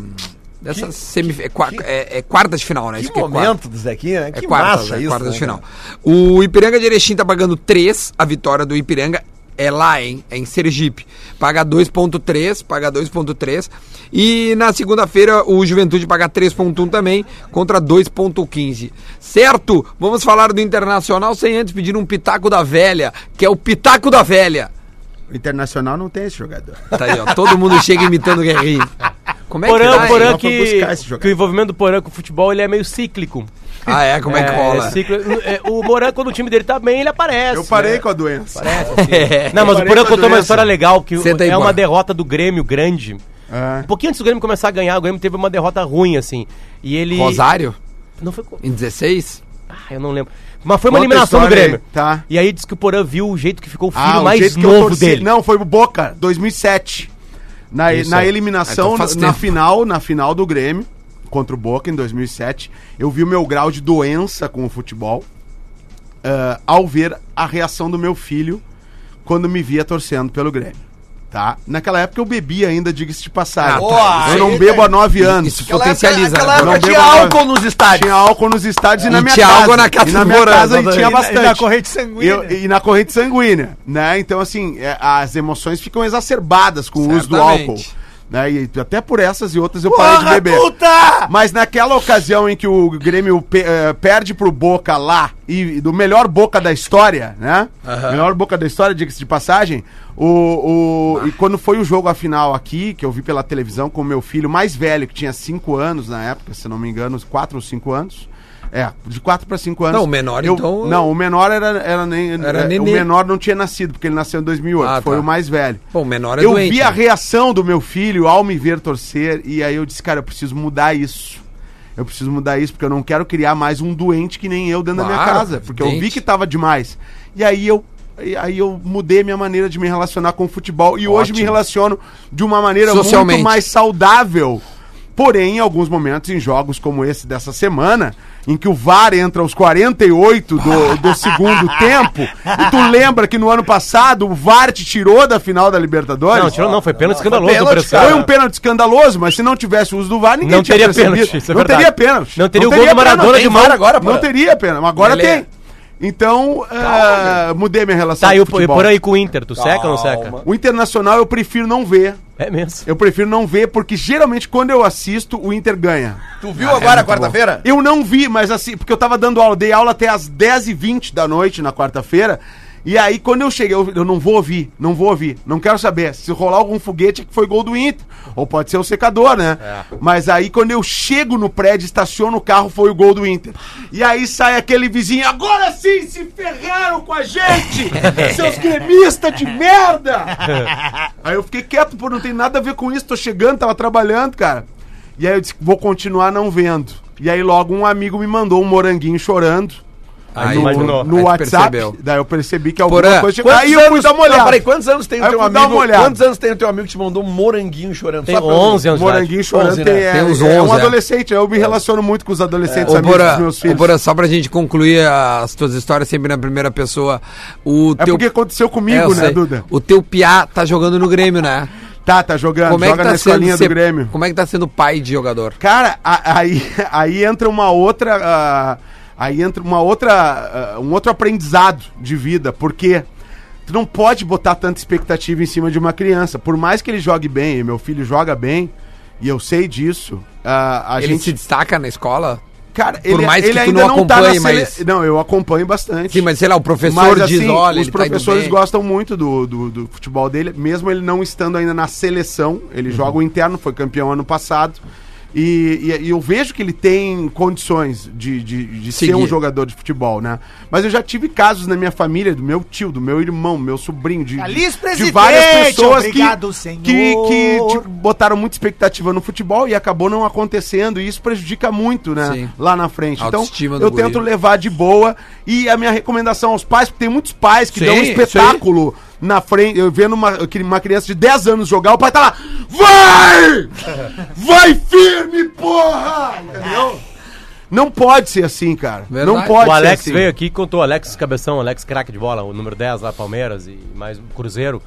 [SPEAKER 2] dessas semif- é, qua- é- é quartas de final, né?
[SPEAKER 5] Que
[SPEAKER 2] é quarta.
[SPEAKER 5] momento do Zequinha, né?
[SPEAKER 2] É
[SPEAKER 5] Que
[SPEAKER 2] quartas, é quartas de final. O Ipiranga de Erechim tá pagando 3, a vitória do Ipiranga é lá, hein? É em Sergipe. Paga 2.3, paga 2.3. E na segunda-feira o Juventude paga 3.1 também, contra 2.15. Certo? Vamos falar do Internacional sem antes pedir um pitaco da velha, que é o pitaco da velha.
[SPEAKER 4] O Internacional não tem esse jogador.
[SPEAKER 2] Tá aí, ó. Todo mundo chega imitando o Guerrinho. Como é que
[SPEAKER 6] Porã,
[SPEAKER 2] dá,
[SPEAKER 6] porã
[SPEAKER 2] hein?
[SPEAKER 4] Dá pra
[SPEAKER 6] que,
[SPEAKER 4] buscar esse jogador.
[SPEAKER 6] que o envolvimento do Porã com o futebol ele é meio cíclico.
[SPEAKER 2] Ah, é? Como é, que rola?
[SPEAKER 6] ciclo- é, o Moran, quando o time dele tá bem, ele aparece.
[SPEAKER 4] Eu parei
[SPEAKER 6] né?
[SPEAKER 4] com a doença.
[SPEAKER 6] Não, mas o
[SPEAKER 4] parei
[SPEAKER 6] Porã
[SPEAKER 4] com a
[SPEAKER 6] contou uma
[SPEAKER 4] doença.
[SPEAKER 6] história legal, que
[SPEAKER 2] Senta aí,
[SPEAKER 6] é
[SPEAKER 2] É.
[SPEAKER 6] uma
[SPEAKER 2] Porã.
[SPEAKER 6] derrota do Grêmio grande.
[SPEAKER 4] Ah.
[SPEAKER 6] Um pouquinho antes do Grêmio começar a ganhar, o Grêmio teve uma derrota ruim, assim. E ele.
[SPEAKER 2] Rosário?
[SPEAKER 6] Não foi. co-
[SPEAKER 2] Em 16?
[SPEAKER 6] Ah, eu não lembro. Mas foi uma
[SPEAKER 4] Conta a
[SPEAKER 6] eliminação do
[SPEAKER 4] história aí,
[SPEAKER 6] Grêmio.
[SPEAKER 4] tá. Ah,
[SPEAKER 6] E aí disse que o Porã viu o jeito que ficou o filho
[SPEAKER 4] o
[SPEAKER 6] mais
[SPEAKER 4] jeito que eu
[SPEAKER 6] novo
[SPEAKER 4] torci-
[SPEAKER 6] dele.
[SPEAKER 4] Não, foi o Boca, 2007. Na,
[SPEAKER 6] Isso é. Ah,
[SPEAKER 4] na
[SPEAKER 6] aí.
[SPEAKER 4] eliminação,
[SPEAKER 2] Então faz
[SPEAKER 4] na, na
[SPEAKER 2] tempo.
[SPEAKER 4] final, na final do Grêmio, contra o Boca em 2007, eu vi o meu grau de eh, doença com o futebol ah, ao ver a reação do meu filho quando me via torcendo pelo Grêmio. Tá? Naquela época eu bebia ainda, diga-se de passagem.
[SPEAKER 5] Ah, tá.
[SPEAKER 4] eu não
[SPEAKER 5] Isso-
[SPEAKER 4] bebo há nove anos.
[SPEAKER 2] Isso potencializa.
[SPEAKER 5] Aquela
[SPEAKER 4] Não
[SPEAKER 5] época tinha
[SPEAKER 4] bebo
[SPEAKER 5] álcool
[SPEAKER 4] nada.
[SPEAKER 5] nos estádios.
[SPEAKER 4] Tinha álcool nos estádios e, na
[SPEAKER 2] E
[SPEAKER 4] minha
[SPEAKER 2] tinha
[SPEAKER 4] casa.
[SPEAKER 2] álcool na casa
[SPEAKER 4] e
[SPEAKER 2] do
[SPEAKER 4] na minha
[SPEAKER 2] Morango,
[SPEAKER 4] casa e
[SPEAKER 2] exatamente.
[SPEAKER 4] tinha
[SPEAKER 3] E na- e
[SPEAKER 4] bastante.
[SPEAKER 3] na corrente sanguínea.
[SPEAKER 4] Eu- e na corrente sanguínea, né? Então, assim, é, as emoções ficam exacerbadas com o uso do
[SPEAKER 2] Certamente.
[SPEAKER 4] álcool. Né? E até por essas e outras eu parei de beber.
[SPEAKER 5] puta!
[SPEAKER 4] Mas naquela ocasião em que o Grêmio pe- eh, perde pro Boca lá, e do melhor Boca da história, né? Melhor Boca da história, diga-se de passagem. O, o, e quando foi o jogo a final aqui, que eu vi pela televisão com o meu filho mais velho, que tinha 5 anos na época, se não me engano, 4 ou 5 anos. É, de 4 para 5 anos.
[SPEAKER 2] Não, o menor,
[SPEAKER 4] eu,
[SPEAKER 2] então-
[SPEAKER 4] Não, o menor era, era nem.
[SPEAKER 2] Era
[SPEAKER 4] eh, o
[SPEAKER 2] nenê.
[SPEAKER 4] menor não tinha nascido, porque ele nasceu em 2008.
[SPEAKER 2] Ah,
[SPEAKER 4] foi
[SPEAKER 2] tá.
[SPEAKER 4] o mais velho
[SPEAKER 2] Bom, o menor é
[SPEAKER 4] eu
[SPEAKER 2] doente.
[SPEAKER 4] vi a
[SPEAKER 2] né?
[SPEAKER 4] reação do meu filho ao me ver torcer e aí eu disse, cara, eu preciso mudar isso. Eu preciso mudar isso porque eu não quero criar mais um doente que nem eu dentro da minha
[SPEAKER 2] Claro,
[SPEAKER 4] casa, porque eu vi
[SPEAKER 2] evidente.
[SPEAKER 4] que tava demais. E aí eu e aí eu mudei minha maneira de me relacionar com o futebol e hoje me relaciono de uma maneira muito
[SPEAKER 2] Socialmente.
[SPEAKER 4] mais saudável. Porém, em alguns momentos, em jogos como esse dessa semana, em que o VAR entra aos 48 do, do segundo tempo, e tu lembra que no ano passado o VAR te tirou da final da Libertadores?
[SPEAKER 6] Não, tirou não, foi pênalti escandaloso do
[SPEAKER 5] pênalti,
[SPEAKER 6] Bressan.
[SPEAKER 4] Foi um pênalti escandaloso, mas se não tivesse o uso do VAR, ninguém
[SPEAKER 6] Não teria
[SPEAKER 4] percebido.
[SPEAKER 6] pênalti, isso é
[SPEAKER 4] não
[SPEAKER 6] verdade.
[SPEAKER 4] teria pênalti.
[SPEAKER 6] Não teria o gol do
[SPEAKER 4] pênalti,
[SPEAKER 6] Maradona
[SPEAKER 4] não
[SPEAKER 6] de
[SPEAKER 4] tem
[SPEAKER 6] mão.
[SPEAKER 4] VAR agora,
[SPEAKER 5] Não
[SPEAKER 4] Não teria pênalti, agora
[SPEAKER 2] Lelê.
[SPEAKER 4] tem. Então, eh, mudei minha relação
[SPEAKER 6] Tá, e o
[SPEAKER 4] com o futebol.
[SPEAKER 6] por aí com o Inter, tu seca ou não
[SPEAKER 5] Calma.
[SPEAKER 6] seca?
[SPEAKER 4] O Internacional eu prefiro não ver.
[SPEAKER 6] É mesmo.
[SPEAKER 4] Eu prefiro não ver, porque geralmente quando eu assisto, o Inter ganha. Ah, é
[SPEAKER 5] Tu viu agora
[SPEAKER 4] muito
[SPEAKER 5] quarta-feira?
[SPEAKER 4] Eu não vi, mas assim, porque eu tava dando aula, dei aula até às 10h20 da noite na quarta-feira. E aí, quando eu cheguei, eu, eu não vou ouvir, não vou ouvir, não quero saber. Se rolar algum foguete é que foi gol do Inter. Ou pode ser o secador, né?
[SPEAKER 5] É.
[SPEAKER 4] Mas aí, quando eu chego no prédio, estaciono o carro, foi o gol do Inter. E aí sai aquele vizinho, agora sim se ferraram com a gente! Seus gremistas de merda! Aí eu fiquei quieto, pô, não tem nada a ver com isso, tô chegando, tava trabalhando, cara. E aí eu disse, vou continuar não vendo. E aí logo um amigo me mandou um moranguinho chorando.
[SPEAKER 2] Aí
[SPEAKER 4] no
[SPEAKER 6] imaginou.
[SPEAKER 4] no
[SPEAKER 2] Aí tu
[SPEAKER 4] WhatsApp.
[SPEAKER 2] percebeu.
[SPEAKER 4] Daí eu percebi que alguma
[SPEAKER 2] Porã,
[SPEAKER 4] coisa chegou.
[SPEAKER 5] Quantos
[SPEAKER 4] Aí eu fui
[SPEAKER 5] anos-
[SPEAKER 4] dar uma olhada.
[SPEAKER 5] Não, peraí, quantos anos tem
[SPEAKER 4] Aí
[SPEAKER 5] o teu
[SPEAKER 4] eu fui dar
[SPEAKER 5] amigo?
[SPEAKER 4] uma olhada.
[SPEAKER 5] Quantos anos tem o teu amigo que te mandou um moranguinho chorando?
[SPEAKER 6] Tem
[SPEAKER 5] Só pra eu-
[SPEAKER 6] 11 anos de idade.
[SPEAKER 4] moranguinho chorando
[SPEAKER 5] 11, né?
[SPEAKER 4] tem, é,
[SPEAKER 2] Tem uns
[SPEAKER 4] é um
[SPEAKER 2] 11, é.
[SPEAKER 4] adolescente. Eu me relaciono muito com os adolescentes
[SPEAKER 2] Ô,
[SPEAKER 4] amigos
[SPEAKER 2] Bora,
[SPEAKER 4] dos meus
[SPEAKER 2] ô,
[SPEAKER 4] filhos.
[SPEAKER 2] Bora, só pra gente concluir as tuas histórias sempre na primeira pessoa. O
[SPEAKER 4] é
[SPEAKER 2] teu...
[SPEAKER 4] porque aconteceu
[SPEAKER 2] É, eu
[SPEAKER 4] comigo, né,
[SPEAKER 2] sei.
[SPEAKER 4] Duda?
[SPEAKER 2] O teu piá tá jogando no Grêmio, né?
[SPEAKER 4] Tá, tá jogando.
[SPEAKER 2] Como é
[SPEAKER 4] joga
[SPEAKER 2] que tá
[SPEAKER 4] na
[SPEAKER 2] sendo
[SPEAKER 4] escolinha
[SPEAKER 2] ser-
[SPEAKER 4] do Grêmio.
[SPEAKER 2] Como é que tá sendo pai de jogador?
[SPEAKER 4] Cara, a- aí, aí entra uma outra. ah, aí entra uma outra. ah, um outro aprendizado de vida, porque tu não pode botar tanta expectativa em cima de uma criança. Por mais que ele jogue bem, e meu filho joga bem, e eu sei disso, ah, a
[SPEAKER 2] Ele
[SPEAKER 4] gente.
[SPEAKER 2] se destaca na escola?
[SPEAKER 4] Cara,
[SPEAKER 2] por mais que tu não acompanhe, mas-
[SPEAKER 4] Não, eu acompanho bastante.
[SPEAKER 2] Sim, mas sei lá, o professor
[SPEAKER 4] Mas, assim,
[SPEAKER 2] diz, olha,
[SPEAKER 4] os
[SPEAKER 2] ele tá indo
[SPEAKER 4] professores
[SPEAKER 2] bem.
[SPEAKER 4] gostam muito do, do, do futebol dele, mesmo ele não estando ainda na seleção. Ele
[SPEAKER 2] Uhum.
[SPEAKER 4] joga o interno, foi campeão ano passado. E, e- e eu vejo que ele tem condições de, de, de ser
[SPEAKER 2] Seguir.
[SPEAKER 4] um jogador de futebol, né? Mas eu já tive casos na minha família, do meu tio, do meu irmão, meu sobrinho, de,
[SPEAKER 3] Feliz
[SPEAKER 4] de, de
[SPEAKER 3] presidente,
[SPEAKER 4] várias pessoas
[SPEAKER 3] obrigado,
[SPEAKER 4] que, que, que
[SPEAKER 3] senhor.
[SPEAKER 4] tipo, botaram muita expectativa no futebol e acabou não acontecendo. E isso prejudica muito, né?
[SPEAKER 2] Sim.
[SPEAKER 4] Lá na frente. Então,
[SPEAKER 2] Autoestima do
[SPEAKER 4] eu tento
[SPEAKER 2] guri.
[SPEAKER 4] levar de boa. E a minha recomendação aos pais, porque tem muitos pais que
[SPEAKER 2] Sim,
[SPEAKER 4] dão um
[SPEAKER 2] isso aí.
[SPEAKER 4] espetáculo na frente, eu vendo uma, uma criança de 10 anos jogar, o pai tá lá, vai! Vai firme, porra! Entendeu? Não pode ser assim, cara.
[SPEAKER 2] Verdade.
[SPEAKER 4] Não pode
[SPEAKER 6] o
[SPEAKER 4] ser
[SPEAKER 6] Alex
[SPEAKER 4] assim.
[SPEAKER 6] veio aqui e contou, Alex Cabeção, Alex craque de bola, o número 10 lá, Palmeiras e mais um Cruzeiro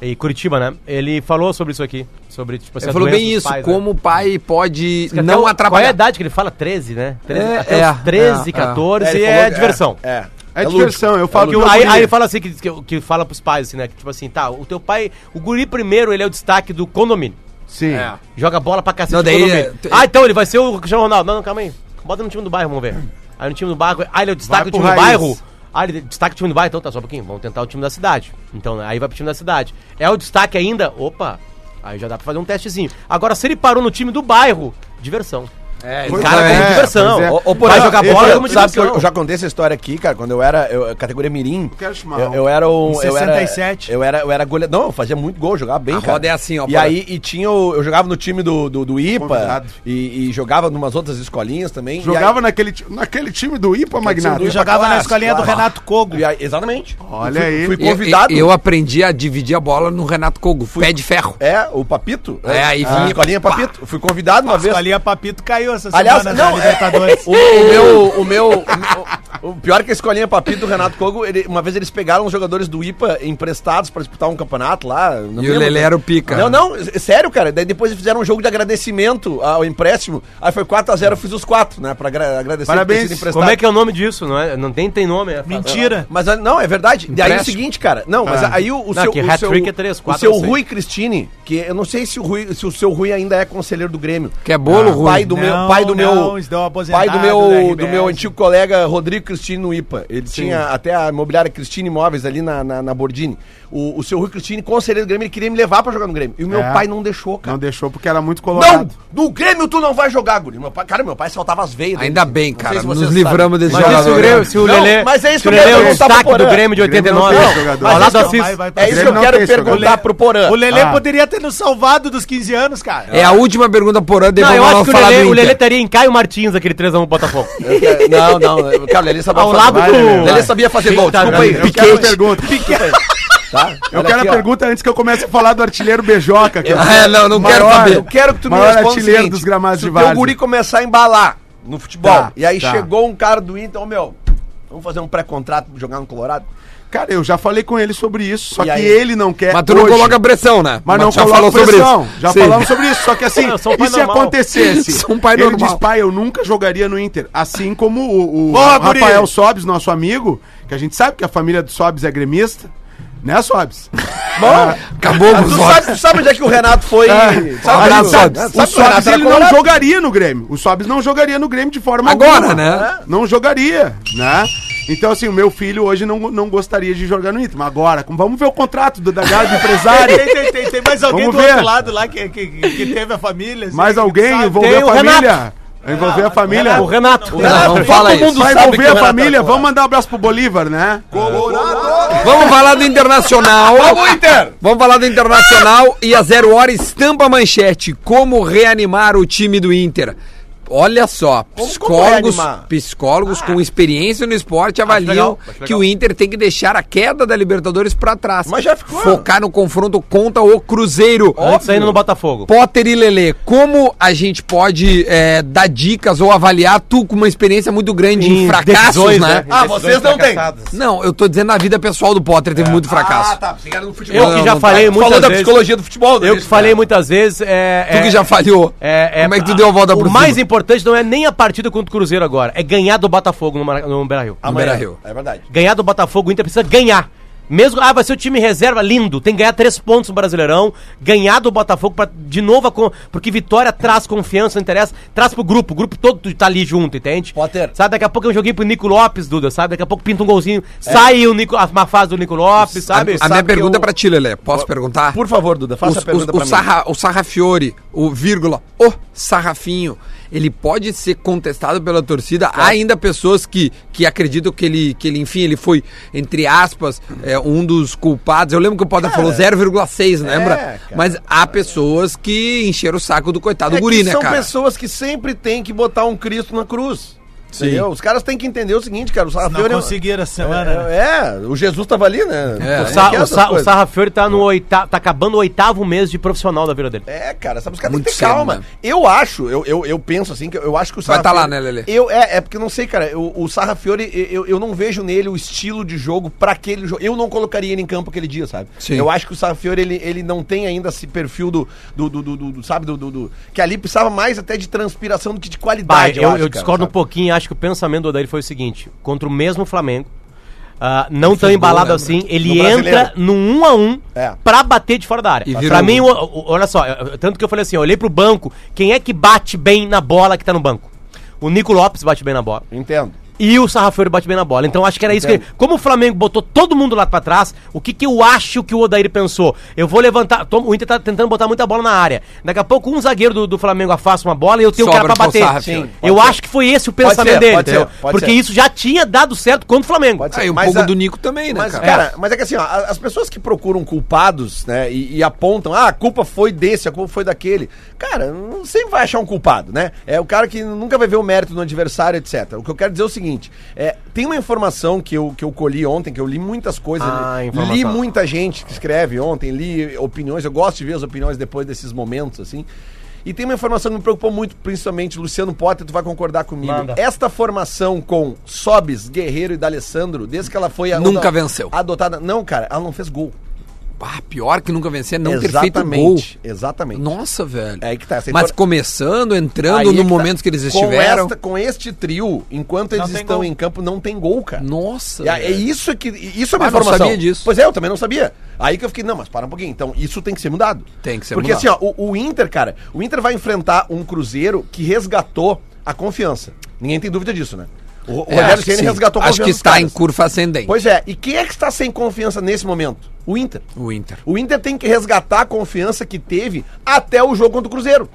[SPEAKER 6] e Curitiba, né? Ele falou sobre isso aqui, sobre tipo assim,
[SPEAKER 2] Ele
[SPEAKER 6] as
[SPEAKER 2] falou
[SPEAKER 6] doenças
[SPEAKER 2] bem
[SPEAKER 6] dos
[SPEAKER 2] isso,
[SPEAKER 6] pais, né?
[SPEAKER 2] como o pai pode
[SPEAKER 6] Que até o-
[SPEAKER 2] não
[SPEAKER 6] Qual é a
[SPEAKER 2] atrapalhar.
[SPEAKER 6] idade que ele fala? 13, né? 13,
[SPEAKER 2] É,
[SPEAKER 6] até os
[SPEAKER 2] é,
[SPEAKER 6] 13,
[SPEAKER 2] é, é.
[SPEAKER 6] 14
[SPEAKER 5] ele
[SPEAKER 6] é,
[SPEAKER 5] falou-
[SPEAKER 6] diversão.
[SPEAKER 5] É.
[SPEAKER 4] É diversão, eu falo
[SPEAKER 6] Porque
[SPEAKER 4] que
[SPEAKER 6] o-
[SPEAKER 4] eu
[SPEAKER 6] aí,
[SPEAKER 4] guri.
[SPEAKER 6] aí ele fala assim, que, que, que fala pros pais, assim, né? Que, tipo assim, tá, o teu pai, o guri primeiro, ele é o destaque do condomínio.
[SPEAKER 4] Sim.
[SPEAKER 6] Joga bola pra cacete
[SPEAKER 2] Não,
[SPEAKER 6] do
[SPEAKER 2] daí
[SPEAKER 6] condomínio.
[SPEAKER 2] é- tu-
[SPEAKER 6] Ah, então ele vai ser o Cristiano Ronaldo. Não, não, calma aí. Bota no time do bairro, vamos ver. Aí no time do bairro, ah, ele é o destaque
[SPEAKER 4] Vai
[SPEAKER 6] do
[SPEAKER 4] pro
[SPEAKER 6] time do
[SPEAKER 4] raiz.
[SPEAKER 6] bairro. Ah, ele destaca o time do bairro, então tá só um pouquinho. Vamos tentar o time da cidade. Então, né, aí vai pro time da cidade. É o destaque ainda? Opa, aí já dá pra fazer um testezinho. Agora, se ele parou no time do bairro, diversão. É,
[SPEAKER 4] pois
[SPEAKER 6] cara
[SPEAKER 4] é,
[SPEAKER 6] como diversão.
[SPEAKER 4] pois é.
[SPEAKER 6] Ô,
[SPEAKER 5] Ô,
[SPEAKER 6] ô,
[SPEAKER 5] ô,
[SPEAKER 6] Porã,
[SPEAKER 5] Porã,
[SPEAKER 6] vai jogar
[SPEAKER 5] eu-
[SPEAKER 6] bola
[SPEAKER 5] eu-
[SPEAKER 6] como
[SPEAKER 5] Sabe que eu,
[SPEAKER 6] diversão.
[SPEAKER 5] eu já contei essa história aqui, cara, quando eu era eu- categoria mirim.
[SPEAKER 4] quero chimarrão.
[SPEAKER 5] eu, eu era um.
[SPEAKER 3] Em
[SPEAKER 5] eu era-
[SPEAKER 3] 67.
[SPEAKER 5] Eu era, eu era goleador. Não, eu fazia muito gol, jogava bem.
[SPEAKER 2] A
[SPEAKER 5] cara.
[SPEAKER 2] roda é assim, ó,
[SPEAKER 5] E
[SPEAKER 2] Porã.
[SPEAKER 5] aí e tinha o- eu jogava no time do, do, do IPA
[SPEAKER 4] Convidado.
[SPEAKER 5] e, e jogava em umas outras escolinhas também. e
[SPEAKER 4] Jogava naquele, ti- naquele time do IPA, Magnata.
[SPEAKER 5] time
[SPEAKER 3] Eu
[SPEAKER 5] do
[SPEAKER 3] jogava na
[SPEAKER 5] Claro,
[SPEAKER 3] escolinha do
[SPEAKER 5] claro.
[SPEAKER 3] Renato Kogo.
[SPEAKER 5] aí, e aí- Exatamente.
[SPEAKER 4] Olha
[SPEAKER 5] Fui-
[SPEAKER 4] aí.
[SPEAKER 5] Fui
[SPEAKER 2] Eu- eu-
[SPEAKER 5] convidado.
[SPEAKER 2] Eu, aprendi a dividir a bola no Renato Kogo, pé de ferro.
[SPEAKER 5] É, o Papito.
[SPEAKER 2] É, aí
[SPEAKER 5] a
[SPEAKER 2] fui-
[SPEAKER 5] escolinha Papito. Fui convidado uma
[SPEAKER 3] A
[SPEAKER 5] vez.
[SPEAKER 3] escolinha Papito caiu essa
[SPEAKER 6] é,
[SPEAKER 5] Aliás,
[SPEAKER 3] semana
[SPEAKER 5] não,
[SPEAKER 3] na Libertadores.
[SPEAKER 5] O, o meu. O meu. o- O pior é que a escolinha papito do Renato Kogo, ele- uma vez eles pegaram os jogadores do IPA emprestados pra disputar um campeonato lá. não
[SPEAKER 2] E o
[SPEAKER 5] lembro.
[SPEAKER 2] Lelé era o pica.
[SPEAKER 5] Não, não, é sério, cara. Daí depois eles fizeram um jogo de agradecimento ao empréstimo. Aí foi 4x0, eu fiz os 4, né? Pra agra- agradecer por ter
[SPEAKER 4] Parabéns.
[SPEAKER 5] sido emprestado.
[SPEAKER 6] Como é que é o nome disso? Não, é? não tem, tem nome, é.
[SPEAKER 3] Mentira.
[SPEAKER 5] Mas ah, não, é verdade. E aí é o
[SPEAKER 2] Empréstimo.
[SPEAKER 5] seguinte, cara. Não, mas aí o, o
[SPEAKER 6] Não,
[SPEAKER 5] seu.
[SPEAKER 6] que
[SPEAKER 5] o
[SPEAKER 6] hat-trick
[SPEAKER 5] seu-
[SPEAKER 6] é três,
[SPEAKER 5] O
[SPEAKER 6] quatro,
[SPEAKER 5] seu
[SPEAKER 6] eu sei.
[SPEAKER 5] Rui Cristine, que eu não sei se o, Rui, se o seu Rui ainda é conselheiro do Grêmio. Ah,
[SPEAKER 2] Que é bolo, Rui?
[SPEAKER 5] Pai do meu.
[SPEAKER 3] Não,
[SPEAKER 5] Pai do meu.
[SPEAKER 3] não, isso deu um aposentado
[SPEAKER 5] pai do
[SPEAKER 3] da
[SPEAKER 5] meu, do
[SPEAKER 3] RBS.
[SPEAKER 5] meu antigo colega Rodrigo Cristine no IPA. Ele tinha até a imobiliária Cristine Imóveis ali na, na, na Bordini. O, o seu Rui Cristine, conselheiro do Grêmio, ele queria me levar pra jogar no Grêmio. E o meu
[SPEAKER 4] É.
[SPEAKER 5] pai não deixou, cara.
[SPEAKER 4] Não deixou porque era muito
[SPEAKER 5] Não!
[SPEAKER 4] colorado.
[SPEAKER 5] No Grêmio tu não vai jogar, Guri. Meu pai, cara, meu pai saltava as veias. dele.
[SPEAKER 2] Ainda bem,
[SPEAKER 5] Não sei
[SPEAKER 2] cara.
[SPEAKER 5] se
[SPEAKER 2] nos
[SPEAKER 5] vocês
[SPEAKER 2] livramos
[SPEAKER 5] sabem.
[SPEAKER 2] desse
[SPEAKER 6] Mas e se o
[SPEAKER 2] jogador.
[SPEAKER 6] Grêmio, se o
[SPEAKER 5] Não,
[SPEAKER 6] Lelê,
[SPEAKER 5] mas é isso
[SPEAKER 6] se o
[SPEAKER 5] que eu
[SPEAKER 6] Lelê é
[SPEAKER 5] quero
[SPEAKER 6] o
[SPEAKER 5] perguntar pro
[SPEAKER 6] destaque do
[SPEAKER 5] Porã.
[SPEAKER 6] Grêmio de
[SPEAKER 4] O Grêmio não
[SPEAKER 6] 89,
[SPEAKER 4] tem esse
[SPEAKER 6] ao
[SPEAKER 4] jogador.
[SPEAKER 6] lado do
[SPEAKER 3] Então,
[SPEAKER 6] Assis.
[SPEAKER 3] vai- vai pra
[SPEAKER 5] É isso que
[SPEAKER 4] Grêmio
[SPEAKER 5] eu
[SPEAKER 4] não
[SPEAKER 5] quero
[SPEAKER 4] tem esse
[SPEAKER 5] perguntar
[SPEAKER 4] jogador.
[SPEAKER 5] pro Porã.
[SPEAKER 3] O Lelê
[SPEAKER 4] Ah.
[SPEAKER 3] poderia ter nos salvado dos 15 anos, cara.
[SPEAKER 2] É a última pergunta por ano, daí
[SPEAKER 6] Não, eu
[SPEAKER 2] vamos lá
[SPEAKER 6] acho que o
[SPEAKER 2] falar
[SPEAKER 6] Lelê,
[SPEAKER 2] do
[SPEAKER 6] o
[SPEAKER 2] Inter.
[SPEAKER 6] Lelê estaria em Caio Martins, aquele 3x1 Botafogo.
[SPEAKER 5] Eu quero- Não, não. Cara, o Lelê sabia
[SPEAKER 6] Ao
[SPEAKER 5] fazer
[SPEAKER 6] lado
[SPEAKER 5] gol.
[SPEAKER 6] do-
[SPEAKER 5] Lelê Lelê sabia fazer gol.
[SPEAKER 4] tá
[SPEAKER 5] Desculpa aí.
[SPEAKER 4] Eu quero pergunta.
[SPEAKER 5] Tá?
[SPEAKER 4] Eu
[SPEAKER 5] Olha
[SPEAKER 4] quero
[SPEAKER 5] aqui,
[SPEAKER 4] a
[SPEAKER 5] ó.
[SPEAKER 4] pergunta antes que eu comece a falar do artilheiro Beijoca. que eu-
[SPEAKER 2] Ah, é, não, não quero
[SPEAKER 4] Maior-
[SPEAKER 2] saber.
[SPEAKER 5] Eu quero que tu me
[SPEAKER 4] Maior
[SPEAKER 5] responda o
[SPEAKER 4] artilheiro
[SPEAKER 5] seguinte,
[SPEAKER 4] dos gramados
[SPEAKER 5] se
[SPEAKER 4] de
[SPEAKER 5] o teu
[SPEAKER 4] várzea.
[SPEAKER 5] guri começar a embalar no futebol,
[SPEAKER 4] Tá,
[SPEAKER 5] e aí
[SPEAKER 4] tá.
[SPEAKER 5] chegou um cara do Inter, ô meu, vamos fazer um pré-contrato pra jogar no Colorado?
[SPEAKER 4] Cara, eu já falei com ele sobre isso, só
[SPEAKER 5] E
[SPEAKER 4] que
[SPEAKER 5] aí?
[SPEAKER 4] ele não quer.
[SPEAKER 2] Mas tu não
[SPEAKER 4] É hoje.
[SPEAKER 2] coloca pressão, né?
[SPEAKER 4] Mas não
[SPEAKER 2] já
[SPEAKER 4] coloca
[SPEAKER 2] falou sobre
[SPEAKER 4] pressão.
[SPEAKER 2] isso.
[SPEAKER 4] Já
[SPEAKER 2] Sim.
[SPEAKER 4] falamos sobre isso. Só que assim,
[SPEAKER 6] Eu sou um
[SPEAKER 4] e
[SPEAKER 6] pai
[SPEAKER 4] se
[SPEAKER 6] normal.
[SPEAKER 4] acontecesse?
[SPEAKER 2] Sou um pai
[SPEAKER 4] ele
[SPEAKER 2] normal.
[SPEAKER 4] diz, pai, eu nunca jogaria no Inter. Assim como o, o
[SPEAKER 3] Boa, guri!
[SPEAKER 4] Rafael Sobes, nosso amigo, que a gente sabe que a família do Sobes é gremista. Né, Ah, Sobes?
[SPEAKER 5] Bom,
[SPEAKER 2] Acabou
[SPEAKER 5] tu,
[SPEAKER 2] os
[SPEAKER 5] sabe, tu sabe onde é que o Renato
[SPEAKER 4] Ah,
[SPEAKER 5] foi... sabe,
[SPEAKER 2] abraço,
[SPEAKER 5] sabe,
[SPEAKER 2] Sobs.
[SPEAKER 5] sabe
[SPEAKER 4] O
[SPEAKER 5] que o Renato
[SPEAKER 4] Sobes
[SPEAKER 5] era
[SPEAKER 4] ele não
[SPEAKER 5] colorado?
[SPEAKER 4] jogaria no Grêmio. O Sobes não jogaria no Grêmio de forma
[SPEAKER 2] Agora,
[SPEAKER 4] alguma.
[SPEAKER 2] né?
[SPEAKER 4] Não jogaria, né? Então, assim, o meu filho hoje não, não gostaria de jogar no Inter. Mas agora, como- vamos ver o contrato do Dagado de empresário.
[SPEAKER 3] Ah, Tem, tem, tem, tem mais alguém
[SPEAKER 4] Vamos
[SPEAKER 3] do outro
[SPEAKER 4] ver.
[SPEAKER 3] lado lá que, que, que teve a família. assim,
[SPEAKER 4] Mais
[SPEAKER 3] que
[SPEAKER 4] alguém
[SPEAKER 3] sabe?
[SPEAKER 4] envolver
[SPEAKER 6] Tem
[SPEAKER 4] a
[SPEAKER 6] o
[SPEAKER 4] família. Envolver a família.
[SPEAKER 6] O Renato.
[SPEAKER 5] O Renato,
[SPEAKER 2] Não, não fala
[SPEAKER 5] todo
[SPEAKER 2] isso.
[SPEAKER 5] mundo
[SPEAKER 4] Vai
[SPEAKER 5] sabe que
[SPEAKER 4] envolver
[SPEAKER 5] o
[SPEAKER 4] a
[SPEAKER 5] Renato
[SPEAKER 4] família.
[SPEAKER 5] era colorado.
[SPEAKER 4] Vamos mandar um abraço pro Bolívar, né?
[SPEAKER 2] Vamos falar do Internacional. Vamos, Inter! Vamos falar do Internacional e a Zero Hora estampa a manchete. Como reanimar o time do Inter? Olha só, psicólogos,
[SPEAKER 5] reanimar?
[SPEAKER 2] psicólogos com experiência no esporte avaliam
[SPEAKER 6] legal, acho legal.
[SPEAKER 2] que o Inter tem que deixar a queda da Libertadores pra trás.
[SPEAKER 5] Mas já ficou.
[SPEAKER 2] Focar no confronto contra o Cruzeiro.
[SPEAKER 6] Antes ainda no Botafogo.
[SPEAKER 2] Potter e Lelê, como a gente pode eh, dar dicas ou avaliar tu com uma experiência muito grande em,
[SPEAKER 6] Em
[SPEAKER 2] fracassos,
[SPEAKER 6] decisões,
[SPEAKER 2] né?
[SPEAKER 6] né?
[SPEAKER 5] Ah, vocês não têm.
[SPEAKER 2] Não, eu tô dizendo na vida pessoal do Potter, teve muito fracasso.
[SPEAKER 5] Ah, tá. Chegaram no futebol.
[SPEAKER 6] É. Eu
[SPEAKER 2] Não,
[SPEAKER 6] que já
[SPEAKER 2] não tá.
[SPEAKER 6] falei
[SPEAKER 5] Falou
[SPEAKER 6] muitas
[SPEAKER 5] da
[SPEAKER 6] vezes.
[SPEAKER 5] psicologia do futebol.
[SPEAKER 6] Eu que
[SPEAKER 5] Denise.
[SPEAKER 6] falei muitas vezes. É,
[SPEAKER 2] Tu
[SPEAKER 6] é-
[SPEAKER 2] que já falhou.
[SPEAKER 6] É,
[SPEAKER 2] Como é que tu deu a volta
[SPEAKER 6] O
[SPEAKER 2] por cima?
[SPEAKER 6] mais importante não é nem a partida contra o Cruzeiro agora, é ganhar do Botafogo no, Mara- no Beira-Rio.
[SPEAKER 5] Amanhã.
[SPEAKER 2] Beira-Rio.
[SPEAKER 5] É verdade.
[SPEAKER 6] Ganhar do Botafogo, o Inter precisa ganhar. Mesmo, ah, vai ser o time reserva, lindo. Tem que ganhar três pontos no Brasileirão. Ganhar do Botafogo pra, de novo, a, con- porque vitória traz confiança, interessa, traz pro grupo. O grupo todo tá ali junto, entende?
[SPEAKER 5] Potter.
[SPEAKER 6] Sabe, daqui a pouco eu joguei pro Nico Lopes, Duda, sabe? Daqui a pouco pinta um golzinho,
[SPEAKER 5] É.
[SPEAKER 6] sai o Nico, a uma fase do Nico Lopes, sabe?
[SPEAKER 2] a, a minha
[SPEAKER 5] Sabe que
[SPEAKER 2] pergunta
[SPEAKER 5] eu-
[SPEAKER 2] é pra ti, Lelê. Posso perguntar?
[SPEAKER 5] Por favor, Duda,
[SPEAKER 2] O,
[SPEAKER 5] faça a pergunta
[SPEAKER 2] o,
[SPEAKER 5] pra
[SPEAKER 2] o,
[SPEAKER 5] mim.
[SPEAKER 2] Sarra, o Sarrafiore, o vírgula, o Sarrafinho, ele pode ser contestado pela torcida. Há ainda pessoas que, que acreditam que ele, que ele, enfim, ele foi, entre aspas, é, um dos culpados. Eu lembro que o Potter falou 0,6, né, lembra?
[SPEAKER 5] É, cara.
[SPEAKER 2] Mas há pessoas que encheram o saco do coitado
[SPEAKER 5] É que
[SPEAKER 2] guri, né,
[SPEAKER 5] são
[SPEAKER 2] cara?
[SPEAKER 5] pessoas que sempre têm que botar um Cristo na cruz. Entendeu? Os caras têm que entender o seguinte, cara. O
[SPEAKER 3] Não
[SPEAKER 5] Sarrafiori é um-
[SPEAKER 3] conseguiram a semana. né?
[SPEAKER 5] É, é, o Jesus tava ali, né?
[SPEAKER 2] É.
[SPEAKER 5] Como
[SPEAKER 6] O,
[SPEAKER 5] que
[SPEAKER 6] Sa- o,
[SPEAKER 5] essas
[SPEAKER 6] Sa- o
[SPEAKER 5] coisas?
[SPEAKER 6] Sarra Fiori tá, no oita- tá acabando o oitavo mês de profissional da vida dele.
[SPEAKER 5] É, cara, sabe, os caras têm
[SPEAKER 2] Muito
[SPEAKER 5] que ter
[SPEAKER 2] cedo,
[SPEAKER 5] calma.
[SPEAKER 2] né?
[SPEAKER 5] Eu acho, eu, eu, eu penso assim, que eu acho que o
[SPEAKER 2] Vai
[SPEAKER 5] Sarra
[SPEAKER 2] tá lá,
[SPEAKER 5] Fiori-
[SPEAKER 2] né, Lelê?
[SPEAKER 5] Eu, é, é porque eu não sei, cara, eu- o Sarra Fiori, eu, eu não vejo nele o estilo de jogo pra aquele jogo. Eu não colocaria ele em campo aquele dia, sabe?
[SPEAKER 2] Sim.
[SPEAKER 5] Eu acho que o Sarra Fiori, ele, ele não tem ainda esse perfil do, do, do, do- do- do- sabe, do, do- do- que ali precisava mais até de transpiração do que de
[SPEAKER 6] Bah,
[SPEAKER 5] qualidade,
[SPEAKER 6] eu, eu
[SPEAKER 5] acho, cara,
[SPEAKER 6] discordo um
[SPEAKER 5] sabe?
[SPEAKER 6] pouquinho, acho que o pensamento do Odair foi o seguinte: contra o mesmo Flamengo, ah, não tão
[SPEAKER 2] gol,
[SPEAKER 6] embalado
[SPEAKER 2] lembra?
[SPEAKER 6] assim, ele
[SPEAKER 5] né, No
[SPEAKER 6] entra
[SPEAKER 5] Brasileiro.
[SPEAKER 6] no 1 um a 1 um
[SPEAKER 5] É.
[SPEAKER 6] pra bater de fora da área.
[SPEAKER 2] E virou
[SPEAKER 6] pra
[SPEAKER 2] um.
[SPEAKER 6] mim, o- o- olha só, eu- eu- tanto que eu falei assim: eu olhei pro banco, quem é que bate bem na bola que tá no banco? O Nico Lopes bate bem na bola.
[SPEAKER 5] Entendo.
[SPEAKER 6] E o Sarrafiori bate bem na bola. Então acho que era isso que. Como o Flamengo botou todo mundo lá pra trás, o que, que eu acho que o Odair pensou? Eu vou levantar. Tom- o Inter tá tentando botar muita bola na área. Daqui a pouco um zagueiro do, do Flamengo afasta uma bola e eu tenho o
[SPEAKER 2] Sobra
[SPEAKER 6] cara pra
[SPEAKER 2] pro
[SPEAKER 6] bater.
[SPEAKER 2] Sarrafiori.
[SPEAKER 6] Sim, eu
[SPEAKER 5] pode
[SPEAKER 6] acho que foi esse o
[SPEAKER 5] Pode
[SPEAKER 6] pensamento
[SPEAKER 5] ser,
[SPEAKER 6] dele.
[SPEAKER 5] pode ser,
[SPEAKER 6] entendeu?
[SPEAKER 5] pode
[SPEAKER 6] Porque
[SPEAKER 5] ser.
[SPEAKER 6] isso já tinha dado certo contra o Flamengo.
[SPEAKER 5] Pode ser.
[SPEAKER 2] Ah, e um
[SPEAKER 5] Mas
[SPEAKER 2] pouco
[SPEAKER 5] a-
[SPEAKER 2] do Nico também, né,
[SPEAKER 5] Mas,
[SPEAKER 2] cara?
[SPEAKER 5] cara, mas é que assim, ó, a- as pessoas que procuram culpados, né, e, e apontam, ah, a culpa foi desse, a culpa foi daquele. Cara, não sempre vai achar um culpado, né? É o cara que nunca vai ver o mérito do adversário, etc. O que eu quero dizer é o seguinte: é, tem uma informação que eu, que eu colhi ontem, que eu li muitas coisas,
[SPEAKER 6] Ah,
[SPEAKER 5] li,
[SPEAKER 6] informação.
[SPEAKER 5] li muita gente que escreve ontem, li opiniões, eu gosto de ver as opiniões depois desses momentos, assim. E tem uma informação que me preocupou muito, principalmente, Luciano Potter, tu vai concordar comigo.
[SPEAKER 6] Manda.
[SPEAKER 5] Esta formação com Sobis, Guerreiro e D'Alessandro, desde que ela foi a-
[SPEAKER 2] Nunca venceu.
[SPEAKER 5] adotada. Não, cara, ela não fez gol.
[SPEAKER 2] Ah, pior que nunca vencer, não ter feito gol.
[SPEAKER 5] Exatamente.
[SPEAKER 2] Nossa, velho.
[SPEAKER 5] É aí que tá, essa
[SPEAKER 2] Mas
[SPEAKER 5] história-
[SPEAKER 2] começando,
[SPEAKER 5] Aí
[SPEAKER 2] entrando
[SPEAKER 5] é
[SPEAKER 2] no
[SPEAKER 5] tá.
[SPEAKER 2] momento que eles
[SPEAKER 5] Com
[SPEAKER 2] estiveram.
[SPEAKER 5] esta- com este trio, enquanto
[SPEAKER 3] Não
[SPEAKER 5] eles
[SPEAKER 3] tem
[SPEAKER 5] estão
[SPEAKER 3] gol.
[SPEAKER 5] em campo, não tem gol, cara.
[SPEAKER 2] Nossa.
[SPEAKER 5] E a- É,
[SPEAKER 2] velho.
[SPEAKER 5] isso que. Isso é uma
[SPEAKER 2] Ah, não
[SPEAKER 5] informação.
[SPEAKER 2] sabia disso.
[SPEAKER 5] Pois é, eu também não sabia. Aí que eu fiquei, não, mas para um pouquinho. Então, isso tem que ser mudado.
[SPEAKER 2] Tem que ser
[SPEAKER 5] Porque
[SPEAKER 2] mudado.
[SPEAKER 5] assim, ó, o, o Inter, cara, o Inter vai enfrentar um Cruzeiro que resgatou a confiança. Ninguém tem dúvida disso, né? O, o
[SPEAKER 2] É,
[SPEAKER 5] Rogério
[SPEAKER 2] acho que
[SPEAKER 5] Ceni
[SPEAKER 2] sim.
[SPEAKER 5] resgatou a
[SPEAKER 2] Acho que
[SPEAKER 5] dos
[SPEAKER 2] está em
[SPEAKER 5] caras.
[SPEAKER 2] curva ascendente.
[SPEAKER 5] Pois é, e quem é que está sem confiança nesse momento? O Inter.
[SPEAKER 2] O Inter.
[SPEAKER 5] O Inter tem que resgatar a confiança que teve até o jogo contra o Cruzeiro.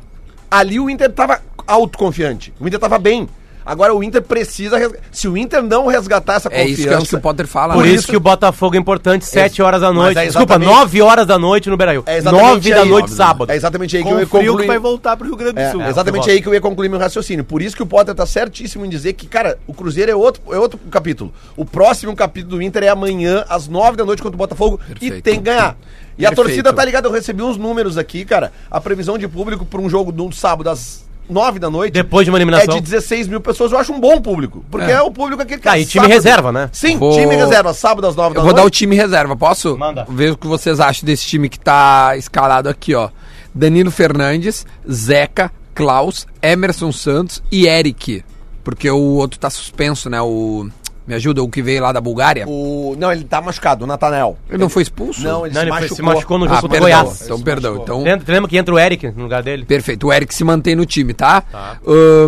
[SPEAKER 5] Ali o Inter estava autoconfiante. O Inter estava bem. Agora o Inter precisa. resga- Se o Inter não resgatar essa
[SPEAKER 2] É
[SPEAKER 5] confiança.
[SPEAKER 2] isso que eu acho que o Potter fala.
[SPEAKER 6] Por
[SPEAKER 2] né?
[SPEAKER 6] isso que o Botafogo é importante, 7 horas da
[SPEAKER 5] mas
[SPEAKER 6] noite.
[SPEAKER 5] é
[SPEAKER 6] Desculpa,
[SPEAKER 5] exatamente-
[SPEAKER 6] 9 horas da noite no Beira-Rio.
[SPEAKER 5] É exatamente
[SPEAKER 6] 9 da
[SPEAKER 5] aí.
[SPEAKER 6] noite, sábado.
[SPEAKER 5] É exatamente aí que
[SPEAKER 3] Com
[SPEAKER 5] eu ia
[SPEAKER 3] um frio que
[SPEAKER 5] concluir.
[SPEAKER 3] vai voltar pro Rio Grande do
[SPEAKER 5] É,
[SPEAKER 3] Sul.
[SPEAKER 5] exatamente aí que eu ia concluir meu raciocínio. Por isso que o Potter tá certíssimo em dizer que, cara, o Cruzeiro é outro, é outro capítulo. O próximo capítulo do Inter é amanhã, às nove da noite, contra o Botafogo, e
[SPEAKER 2] Perfeito.
[SPEAKER 5] tem que ganhar. E a
[SPEAKER 2] Perfeito.
[SPEAKER 5] torcida tá ligada, eu recebi uns números aqui, cara. A previsão de público para um jogo no sábado às nove da noite.
[SPEAKER 6] Depois de uma eliminação.
[SPEAKER 5] É de 16 mil pessoas, eu acho um bom público. Porque é,
[SPEAKER 2] É.
[SPEAKER 5] o público aquele que
[SPEAKER 6] Tá, e time reserva, né?
[SPEAKER 5] Sim,
[SPEAKER 2] Vou-
[SPEAKER 5] time reserva, sábado às nove da
[SPEAKER 2] Eu vou dar o
[SPEAKER 5] noite.
[SPEAKER 2] time reserva, posso?
[SPEAKER 6] Manda.
[SPEAKER 2] Ver o que vocês acham desse time que tá escalado aqui, ó. Danilo Fernandes, Zeca, Klaus, Emerson Santos e Eric. Porque o outro tá suspenso, né? O. Me ajuda, o que veio lá da Bulgária.
[SPEAKER 5] O... Não, ele tá machucado, o Natanael.
[SPEAKER 2] Ele não foi expulso?
[SPEAKER 5] Não, ele,
[SPEAKER 6] Não,
[SPEAKER 5] se,
[SPEAKER 6] ele foi-
[SPEAKER 5] machucou.
[SPEAKER 6] se machucou no
[SPEAKER 2] Ah,
[SPEAKER 6] jogo
[SPEAKER 2] perdão.
[SPEAKER 6] do Goiás.
[SPEAKER 2] Então, perdão. Então,
[SPEAKER 6] Lembra, tu lembra que entra o Eric no lugar dele?
[SPEAKER 2] perfeito. O Eric se mantém no time, tá? Ah,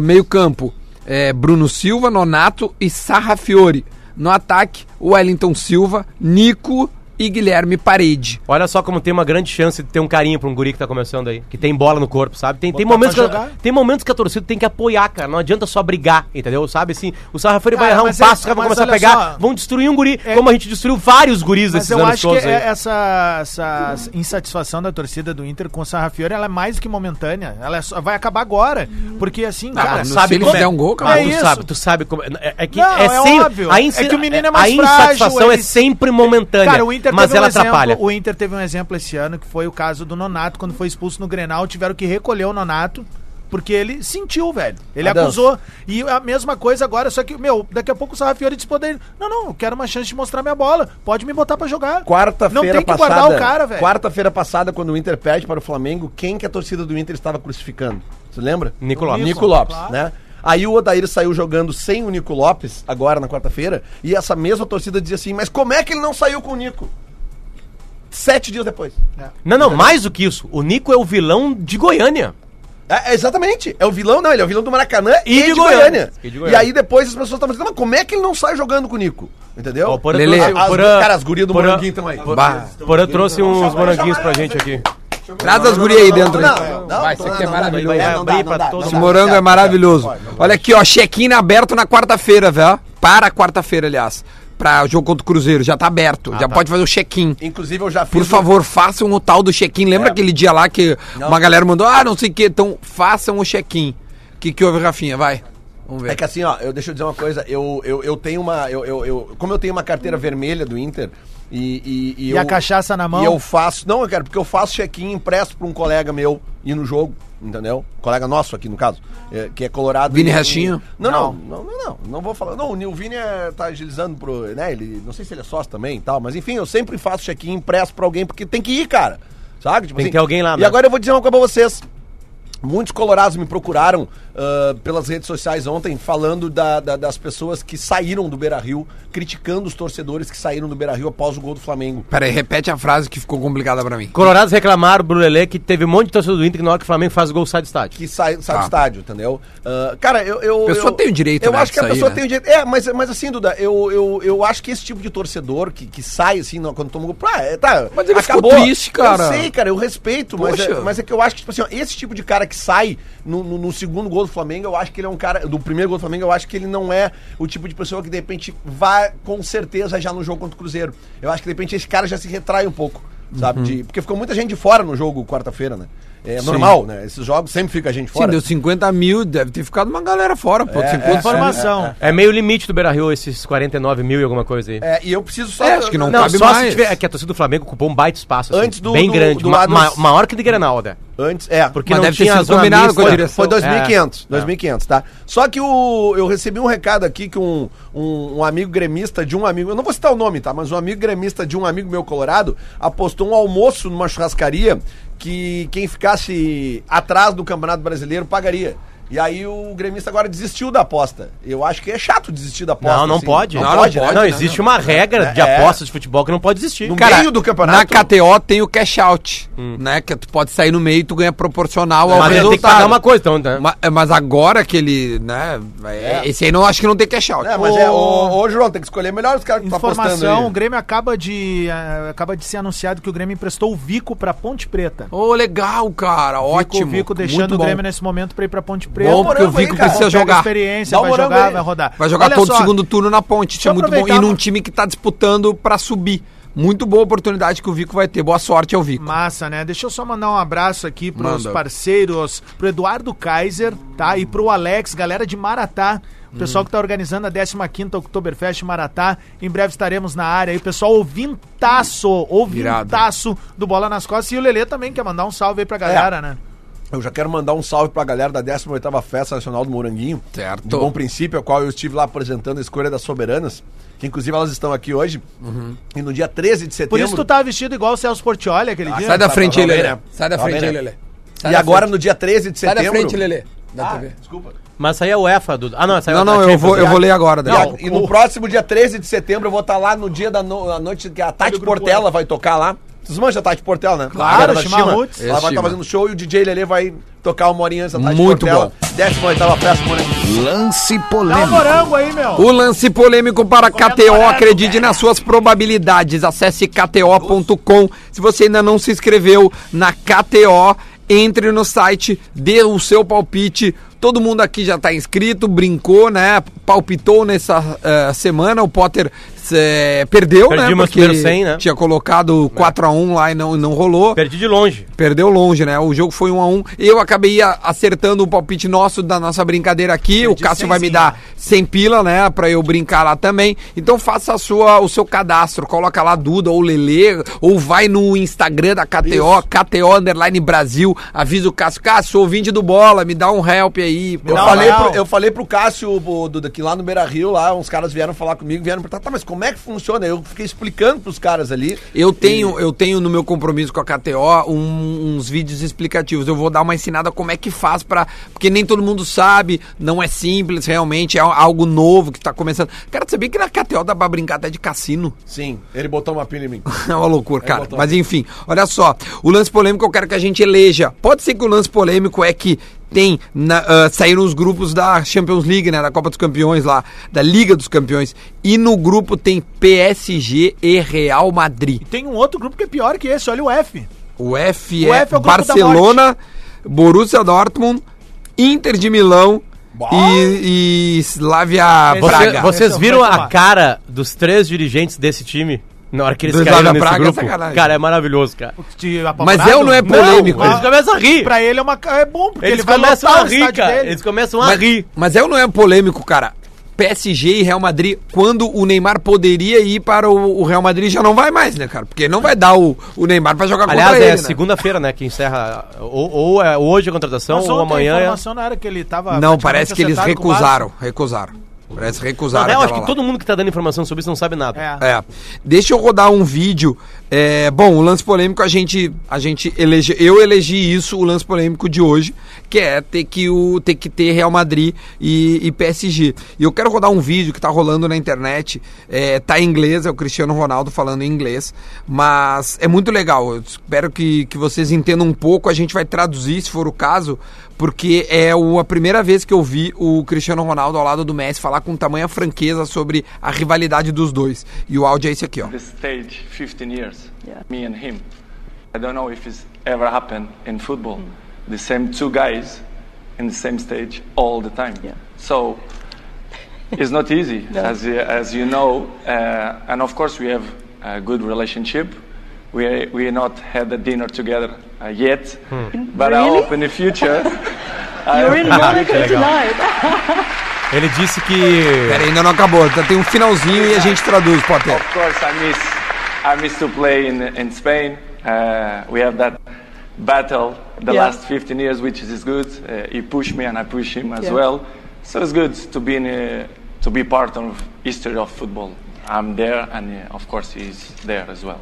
[SPEAKER 2] meio campo, é, Bruno Silva, Nonato e Sarrafiore. No ataque, o Wellington Silva, Nico e Guilherme Parede.
[SPEAKER 6] Olha só como tem uma grande chance de ter um carinho pra um guri que tá começando aí. Que tem bola no corpo, sabe? Tem, tem,
[SPEAKER 3] Botar
[SPEAKER 6] momentos que,
[SPEAKER 3] pra
[SPEAKER 6] a-
[SPEAKER 3] jogar.
[SPEAKER 6] tem momentos que a torcida tem que apoiar, cara. Não adianta só brigar, entendeu? Sabe assim, o Sarrafori vai
[SPEAKER 3] Cara,
[SPEAKER 6] errar um
[SPEAKER 3] mas
[SPEAKER 6] passo,
[SPEAKER 3] é-
[SPEAKER 6] os caras vão
[SPEAKER 3] mas
[SPEAKER 6] começar a
[SPEAKER 3] olha
[SPEAKER 6] pegar,
[SPEAKER 3] só.
[SPEAKER 6] vão destruir um guri,
[SPEAKER 3] É-
[SPEAKER 6] como a gente destruiu vários guris
[SPEAKER 3] Mas
[SPEAKER 6] esses
[SPEAKER 3] eu
[SPEAKER 6] anos
[SPEAKER 3] acho que
[SPEAKER 6] todos aí.
[SPEAKER 3] é- essa, essa insatisfação da torcida do Inter com o Sarrafiore, ela é mais do que momentânea. Ela é só- vai acabar agora. Porque assim,
[SPEAKER 2] Ah,
[SPEAKER 3] cara...
[SPEAKER 2] mas
[SPEAKER 6] sabe
[SPEAKER 2] se ele
[SPEAKER 6] como
[SPEAKER 2] fizer
[SPEAKER 6] é?
[SPEAKER 2] um gol,
[SPEAKER 6] Mas
[SPEAKER 2] cara.
[SPEAKER 3] É
[SPEAKER 6] tu
[SPEAKER 3] isso.
[SPEAKER 6] sabe, tu sabe como. É, é que
[SPEAKER 3] Não,
[SPEAKER 6] é,
[SPEAKER 3] é
[SPEAKER 6] sem,
[SPEAKER 3] óbvio.
[SPEAKER 6] A insi-
[SPEAKER 3] É que o menino é
[SPEAKER 6] a
[SPEAKER 3] mais frágil,
[SPEAKER 6] insatisfação é
[SPEAKER 3] ele-
[SPEAKER 6] sempre momentânea.
[SPEAKER 3] Cara, o Inter
[SPEAKER 6] mas
[SPEAKER 3] teve
[SPEAKER 6] ela
[SPEAKER 3] um exemplo,
[SPEAKER 6] atrapalha.
[SPEAKER 3] O Inter teve um exemplo esse ano que foi o caso do Nonato, quando foi expulso no Grenal, tiveram que recolher o Nonato. Porque ele sentiu, velho. Ele
[SPEAKER 5] A dança.
[SPEAKER 3] acusou. E a mesma coisa agora, só que, meu, daqui a pouco o Sarrafiori disse pra ele, Não, não, eu quero uma chance de mostrar minha bola. Pode me botar pra jogar. Não
[SPEAKER 5] Quarta-feira
[SPEAKER 3] tem que
[SPEAKER 5] passada.
[SPEAKER 3] guardar o cara, velho.
[SPEAKER 5] Quarta-feira passada, quando o Inter perde para o Flamengo, quem que a torcida do Inter estava crucificando? Você lembra?
[SPEAKER 6] Nico Lopes.
[SPEAKER 5] Nico Lopes,
[SPEAKER 3] Claro.
[SPEAKER 5] né? Aí o Odair saiu jogando sem o Nico Lopes, agora na quarta-feira, e essa mesma torcida dizia assim: mas como é que ele não saiu com o Nico? Sete dias depois.
[SPEAKER 6] Não, não, mais do que isso. O Nico é o vilão de Goiânia.
[SPEAKER 5] É, é exatamente. É o vilão, não, ele é o vilão do Maracanã e,
[SPEAKER 6] E
[SPEAKER 5] de,
[SPEAKER 6] de
[SPEAKER 5] Goiânia.
[SPEAKER 6] Goiânia. E de
[SPEAKER 5] E
[SPEAKER 6] Goiânia.
[SPEAKER 5] aí depois as pessoas estavam dizendo, mas como é que ele não sai jogando com o Nico? Entendeu?
[SPEAKER 3] É
[SPEAKER 6] Ó, o Porã
[SPEAKER 2] Lele.
[SPEAKER 6] trouxe-
[SPEAKER 5] As-
[SPEAKER 6] o Porã-
[SPEAKER 5] cara, as gurias do
[SPEAKER 6] Porã-
[SPEAKER 5] Moranguinho estão aí.
[SPEAKER 2] Bah.
[SPEAKER 6] O Porã trouxe uns moranguinhos pra gente aqui.
[SPEAKER 2] Traz as gurias aí dentro.
[SPEAKER 5] Não,
[SPEAKER 2] né?
[SPEAKER 5] não, não,
[SPEAKER 2] Vai, isso
[SPEAKER 5] não,
[SPEAKER 2] aqui é
[SPEAKER 5] não, não,
[SPEAKER 2] maravilhoso.
[SPEAKER 5] não, não,
[SPEAKER 6] Vai abrir
[SPEAKER 5] não,
[SPEAKER 6] pra
[SPEAKER 5] não,
[SPEAKER 6] todos.
[SPEAKER 5] não,
[SPEAKER 2] Esse
[SPEAKER 5] não,
[SPEAKER 2] morango
[SPEAKER 5] não,
[SPEAKER 2] é
[SPEAKER 5] não,
[SPEAKER 2] maravilhoso.
[SPEAKER 5] não, não, não.
[SPEAKER 2] Olha aqui, ó, check-in aberto na quarta-feira, velho. Para quarta-feira, aliás. Pra jogo contra o Cruzeiro, já tá aberto. já pode fazer o check-in.
[SPEAKER 5] Inclusive eu já fiz.
[SPEAKER 2] Por favor, façam o tal do check-in. Lembra
[SPEAKER 5] É.
[SPEAKER 2] aquele dia lá que
[SPEAKER 5] Não.
[SPEAKER 2] uma galera mandou, ah, não sei o que, então façam o check-in. O que, que houve, Rafinha? Vai. Vamos ver.
[SPEAKER 5] É que assim, ó, eu, deixa eu dizer uma coisa, eu, eu, eu tenho uma. Eu, eu, eu- como eu tenho uma carteira vermelha do Inter. E, e,
[SPEAKER 3] E a
[SPEAKER 5] eu-
[SPEAKER 3] cachaça na mão?
[SPEAKER 5] E eu faço. Não, cara, porque eu faço check-in impresso pra um colega meu ir no jogo, entendeu? Colega nosso aqui, no caso, é, que é colorado.
[SPEAKER 2] Vini
[SPEAKER 5] e-
[SPEAKER 2] Restinho?
[SPEAKER 5] Não, não, não, não, não, não vou falar. Não, o Nil Vini é, tá agilizando pro. né? Ele, não sei se ele é sócio também e tal, mas enfim, eu sempre faço check-in impresso pra alguém, porque tem que ir, cara. Sabe? Tipo
[SPEAKER 6] Tem que ter alguém lá,
[SPEAKER 5] E
[SPEAKER 6] né?
[SPEAKER 5] agora eu vou dizer uma coisa pra vocês. Muitos colorados me procuraram ah, pelas redes sociais ontem falando da- da- das pessoas que saíram do Beira Rio, criticando os torcedores que saíram do Beira Rio após o gol do Flamengo.
[SPEAKER 2] Peraí, repete a frase que ficou complicada pra mim.
[SPEAKER 6] Colorados reclamaram, Brulelê, que teve um monte de torcedor do Inter que na hora que o Flamengo faz o gol sai do estádio.
[SPEAKER 5] Que sai, sai
[SPEAKER 2] Tá.
[SPEAKER 5] do estádio, entendeu? Ah, cara, eu. eu
[SPEAKER 2] A pessoa
[SPEAKER 5] eu-
[SPEAKER 2] tem o direito,
[SPEAKER 5] Eu
[SPEAKER 2] né,
[SPEAKER 5] acho
[SPEAKER 2] de
[SPEAKER 5] que a
[SPEAKER 2] sair,
[SPEAKER 5] pessoa
[SPEAKER 2] né?
[SPEAKER 5] tem o direito. É, mas, mas assim, Duda, eu, eu, eu acho que esse tipo de torcedor que, que sai assim não, quando toma o gol. Ah, é, tá,
[SPEAKER 2] Mas ele ficou triste, cara.
[SPEAKER 5] Eu sei, cara, eu respeito, mas é,
[SPEAKER 2] Poxa.
[SPEAKER 5] mas é que eu acho que, tipo assim, ó, esse tipo de cara que sai no, no- no segundo gol do Flamengo, eu acho que ele é um cara. Do primeiro gol do Flamengo, eu acho que ele não é o tipo de pessoa que de repente vai com certeza já no jogo contra o Cruzeiro. Eu acho que de repente esse cara já se retrai um pouco.
[SPEAKER 2] Uhum.
[SPEAKER 5] Sabe? De- porque ficou muita gente de fora no jogo quarta-feira, né? É normal, né? Esses jogos sempre fica gente fora.
[SPEAKER 2] Sim, assim? deu 50 mil, deve ter ficado uma galera fora, pô.
[SPEAKER 5] É,
[SPEAKER 2] 50
[SPEAKER 3] Informação.
[SPEAKER 6] É meio limite do Beira Rio, esses 49 mil e alguma coisa aí.
[SPEAKER 5] É, e eu preciso só.
[SPEAKER 2] É, acho que não
[SPEAKER 6] Não,
[SPEAKER 2] cabe
[SPEAKER 6] só
[SPEAKER 2] mais.
[SPEAKER 6] se tiver. É que a torcida do Flamengo ocupou um baita espaço.
[SPEAKER 5] Antes do-
[SPEAKER 6] bem
[SPEAKER 5] do-
[SPEAKER 6] grande.
[SPEAKER 5] do
[SPEAKER 6] ma-
[SPEAKER 5] Adams-
[SPEAKER 6] ma- maior que do Granal, né?
[SPEAKER 5] Antes, é.
[SPEAKER 6] Porque
[SPEAKER 2] Mas
[SPEAKER 6] não
[SPEAKER 2] deve ter
[SPEAKER 6] tinha
[SPEAKER 2] sido
[SPEAKER 6] a zona
[SPEAKER 2] combinado
[SPEAKER 6] mista.
[SPEAKER 2] com a
[SPEAKER 5] Foi,
[SPEAKER 2] direção.
[SPEAKER 5] foi 2.500, 2.500, tá? Só que o, eu recebi um recado aqui que um, um, um amigo gremista de um amigo, eu não vou citar o nome, tá? Mas um amigo gremista de um amigo meu colorado apostou um almoço numa churrascaria que quem ficasse atrás do Campeonato Brasileiro pagaria. E aí o gremista agora desistiu da aposta. Eu acho que é chato desistir da aposta.
[SPEAKER 6] Não, não
[SPEAKER 5] assim.
[SPEAKER 6] pode.
[SPEAKER 5] Não,
[SPEAKER 2] Não,
[SPEAKER 5] pode,
[SPEAKER 2] não
[SPEAKER 5] né?
[SPEAKER 2] pode.
[SPEAKER 6] Não, existe uma regra de
[SPEAKER 5] É.
[SPEAKER 6] apostas de futebol que não pode existir.
[SPEAKER 5] No
[SPEAKER 2] Cara,
[SPEAKER 5] meio do
[SPEAKER 2] Na
[SPEAKER 5] campeonato.
[SPEAKER 2] KTO tem o cash out, né? Que tu pode sair no meio e tu ganha proporcional ao
[SPEAKER 6] Mas ele tem que
[SPEAKER 2] resultado.
[SPEAKER 6] pagar uma coisa, então, né?
[SPEAKER 2] Ma- é, Mas agora que ele, né? é- Esse aí não acho que não tem cash out.
[SPEAKER 5] É, mas é, ô, ô, João, tem que escolher melhor os
[SPEAKER 2] tá
[SPEAKER 5] caras que estão apostando.
[SPEAKER 3] Informação, o
[SPEAKER 5] Aí.
[SPEAKER 3] Grêmio acaba de, ah, acaba de ser anunciado que o Grêmio emprestou o Vico pra Ponte Preta.
[SPEAKER 2] Ô, legal, cara.
[SPEAKER 3] Vico,
[SPEAKER 2] Ótimo.
[SPEAKER 3] Vico deixando
[SPEAKER 2] muito
[SPEAKER 3] o
[SPEAKER 2] bom.
[SPEAKER 3] Grêmio nesse momento pra ir pra Ponte Preta.
[SPEAKER 2] Bom, porque o
[SPEAKER 5] morango aí,
[SPEAKER 2] Vico
[SPEAKER 5] cara.
[SPEAKER 2] precisa
[SPEAKER 3] Pega
[SPEAKER 2] jogar.
[SPEAKER 3] experiência,
[SPEAKER 5] Dá um
[SPEAKER 3] vai
[SPEAKER 5] morango
[SPEAKER 3] jogar,
[SPEAKER 5] aí.
[SPEAKER 3] vai rodar.
[SPEAKER 2] Vai jogar
[SPEAKER 3] Olha
[SPEAKER 2] todo
[SPEAKER 3] só,
[SPEAKER 2] segundo turno na ponte. Isso
[SPEAKER 3] Só
[SPEAKER 2] é muito bom. E
[SPEAKER 3] aproveitar-
[SPEAKER 2] num time que tá disputando pra subir. Muito boa oportunidade que o Vico vai ter. Boa sorte ao Vico.
[SPEAKER 3] Massa, né? Deixa eu só mandar um abraço aqui pros
[SPEAKER 2] Manda.
[SPEAKER 3] parceiros, pro Eduardo Kaiser, tá? E pro Alex, galera de Maratá. O pessoal que tá organizando a 15ª Oktoberfest Maratá. Em breve estaremos na área aí, pessoal. Ouvintaço, ouvintaço do Bola nas Costas. E o Lelê também quer mandar um salve aí pra galera, né?
[SPEAKER 5] Eu já quero mandar um salve pra galera da 18ª Festa Nacional do Moranguinho.
[SPEAKER 2] Certo.
[SPEAKER 5] Do Bom Princípio, a qual eu estive lá apresentando a escolha das soberanas, que inclusive elas estão aqui hoje. E no dia 13 de setembro.
[SPEAKER 3] Por isso tu tá tava vestido igual o Celso Portioli aquele dia.
[SPEAKER 2] Sai da
[SPEAKER 5] tá,
[SPEAKER 2] frente,
[SPEAKER 5] tá,
[SPEAKER 2] Lelê.
[SPEAKER 5] tá, tá,
[SPEAKER 2] Sai da
[SPEAKER 5] tá,
[SPEAKER 2] frente,
[SPEAKER 5] tá,
[SPEAKER 2] Lelê. Sai
[SPEAKER 5] E
[SPEAKER 2] da
[SPEAKER 5] agora
[SPEAKER 2] frente.
[SPEAKER 5] no dia 13 de
[SPEAKER 2] Sai
[SPEAKER 5] setembro.
[SPEAKER 2] da frente, Lelê. Da TV.
[SPEAKER 5] Desculpa.
[SPEAKER 6] Mas isso aí é o EFA do. Ah, não, essa aí é
[SPEAKER 2] Ah. Não,
[SPEAKER 6] a
[SPEAKER 2] não, eu
[SPEAKER 6] Champions
[SPEAKER 2] vou, eu
[SPEAKER 6] League.
[SPEAKER 2] vou ler agora.
[SPEAKER 5] E,
[SPEAKER 2] Daniel.
[SPEAKER 5] a- e no próximo dia 13 de setembro eu vou estar lá no dia da no- a noite que a Tati Portela vai tocar lá. Vocês manjam a Tati Portela, né?
[SPEAKER 3] Claro,
[SPEAKER 5] Galera da
[SPEAKER 3] Chima
[SPEAKER 5] Chima.
[SPEAKER 3] Roots.
[SPEAKER 5] Ela vai
[SPEAKER 2] Chima.
[SPEAKER 5] estar fazendo show e o DJ Lelê vai tocar uma horinha antes da Tati
[SPEAKER 2] Muito
[SPEAKER 5] Portela.
[SPEAKER 2] bom.
[SPEAKER 5] 18ª Festa Moranguinho.
[SPEAKER 1] Lance
[SPEAKER 3] Dá um
[SPEAKER 1] polêmico.
[SPEAKER 3] morango aí, meu.
[SPEAKER 2] O lance polêmico para KTO, acredite nas suas probabilidades. Acesse kto.com. Se você ainda não se inscreveu na KTO, entre no site, dê o seu palpite. Todo mundo aqui já está inscrito, brincou, né? Palpitou nessa eh, semana. O Potter eh, perdeu,
[SPEAKER 6] Perdi
[SPEAKER 2] né?
[SPEAKER 6] meus primeiros 100, né?
[SPEAKER 2] tinha colocado 4x1 lá e não, e não rolou.
[SPEAKER 6] Perdi de longe.
[SPEAKER 2] Perdeu longe, né? O jogo foi 1 a 1 Eu acabei a- acertando o palpite nosso da nossa brincadeira aqui. o Cássio vai me dar 100 pila, né? Pra eu brincar lá também. Então faça a sua, o seu cadastro. Coloca lá Duda ou Lelê. Ou vai no Instagram da KTO, KTO Underline Brasil. Avisa o Cássio. Cássio, sou ouvinte do bola, me dá um help aí.
[SPEAKER 5] Eu,
[SPEAKER 2] Não,
[SPEAKER 5] falei
[SPEAKER 3] não.
[SPEAKER 5] pro, eu falei pro Cássio, o Duda, que lá no Beira Rio, lá, uns caras vieram falar comigo, vieram perguntar, tá, mas como é que funciona? Eu fiquei explicando pros caras ali.
[SPEAKER 2] Eu tenho, eu tenho no meu compromisso com a KTO um- uns vídeos explicativos. Eu vou dar uma ensinada como é que faz pra. porque nem todo mundo sabe, não é simples realmente, é algo novo que tá começando. Cara, tu sabia que na KTO dá pra brincar até de cassino?
[SPEAKER 5] Sim, ele botou uma pilha em mim.
[SPEAKER 2] É uma loucura, cara. Mas enfim, olha só. O lance polêmico eu quero que a gente eleja. Pode ser que o lance polêmico é que tem. Na, ah, saíram os grupos da Champions League, né? Da Copa dos Campeões lá. Da Liga dos Campeões. E no grupo tem PSG e Real Madrid.
[SPEAKER 3] Tem um outro grupo que é pior que esse, olha o F.
[SPEAKER 2] O F,
[SPEAKER 3] O
[SPEAKER 2] é,
[SPEAKER 3] F é o grupo
[SPEAKER 2] Barcelona, Borussia Dortmund, Inter de Milão e, e Slavia
[SPEAKER 3] Esse-
[SPEAKER 6] Você-
[SPEAKER 2] Praga.
[SPEAKER 3] você-
[SPEAKER 6] vocês
[SPEAKER 3] Esse
[SPEAKER 6] viram
[SPEAKER 3] vai
[SPEAKER 6] a
[SPEAKER 3] tomar.
[SPEAKER 6] cara dos três dirigentes desse time na hora que eles
[SPEAKER 2] Do
[SPEAKER 6] caíram
[SPEAKER 2] Slavia
[SPEAKER 6] nesse
[SPEAKER 2] Praga é
[SPEAKER 6] grupo?
[SPEAKER 2] sacanagem.
[SPEAKER 6] cara, é maravilhoso, cara.
[SPEAKER 3] De
[SPEAKER 2] Mas é ou não é polêmico?
[SPEAKER 3] Não,
[SPEAKER 6] Eles
[SPEAKER 3] a-
[SPEAKER 6] começam a rir.
[SPEAKER 3] Pra ele é, uma, ca- é bom, porque
[SPEAKER 6] Eles
[SPEAKER 3] ele vai
[SPEAKER 6] começam
[SPEAKER 3] lotar
[SPEAKER 6] a
[SPEAKER 3] o
[SPEAKER 6] rir,
[SPEAKER 3] estádio
[SPEAKER 6] cara.
[SPEAKER 3] dele.
[SPEAKER 6] Eles começam a
[SPEAKER 2] mas,
[SPEAKER 6] rir.
[SPEAKER 2] mas é ou não é polêmico, cara? PSG e Real Madrid, quando o Neymar poderia ir para o, o Real Madrid, já não vai mais, né, cara? Porque não vai dar o, o Neymar pra jogar
[SPEAKER 6] Aliás,
[SPEAKER 2] contra
[SPEAKER 6] é
[SPEAKER 2] ele, né?
[SPEAKER 6] segunda-feira, né, que encerra ou, ou é hoje a contratação
[SPEAKER 3] Mas
[SPEAKER 6] ou
[SPEAKER 3] ontem
[SPEAKER 6] amanhã.
[SPEAKER 3] A
[SPEAKER 6] é-
[SPEAKER 3] informação não era que ele tava
[SPEAKER 2] Não,
[SPEAKER 3] praticamente
[SPEAKER 2] parece que eles
[SPEAKER 6] tá
[SPEAKER 3] acertado com o Barça.
[SPEAKER 2] recusaram, recusaram. Parece que recusaram.
[SPEAKER 6] Até eu acho
[SPEAKER 2] aquela
[SPEAKER 6] que
[SPEAKER 2] lá.
[SPEAKER 6] todo mundo que tá dando informação sobre isso não sabe nada.
[SPEAKER 3] É.
[SPEAKER 2] É. Deixa eu rodar um vídeo. É, bom, o lance polêmico a gente a gente elege, eu elegi isso o lance polêmico de hoje, que é ter que o ter que ter Real Madrid e, e PSG. E eu quero rodar um vídeo que tá rolando na internet, é, tá em inglês, é o Cristiano Ronaldo falando em inglês, mas é muito legal. Eu espero que que vocês entendam um pouco, a gente vai traduzir se for o caso, porque é o- a primeira vez que eu vi o Cristiano Ronaldo ao lado do Messi falar com tamanha franqueza sobre a rivalidade dos dois. E o áudio é esse aqui, ó.
[SPEAKER 7] this stage 15 years, me and him. I don't know if it's ever happened in football.
[SPEAKER 8] Mm.
[SPEAKER 7] The same two guys in the same stage all the time. So it's not easy, as, you- as you know. Uh, and of course, we have a good relationship. We we not had a dinner together uh, yet, but I
[SPEAKER 8] Really?
[SPEAKER 7] hope in the future. I
[SPEAKER 8] You're
[SPEAKER 7] hope
[SPEAKER 8] in
[SPEAKER 7] in the
[SPEAKER 8] Monaco tonight.
[SPEAKER 6] Ele disse que.
[SPEAKER 2] Pera, ainda não acabou, tá- tem um finalzinho e a gente traduz, Potter.
[SPEAKER 7] Of course, I miss I miss to play in in Spain. Uh, we have that battle the
[SPEAKER 8] Yeah.
[SPEAKER 7] last 15 years, which is good. Uh, he pushed me and I pushed him as well. So it's good to be in a, to be part of history of football. I'm there, and uh, of course he's there as well.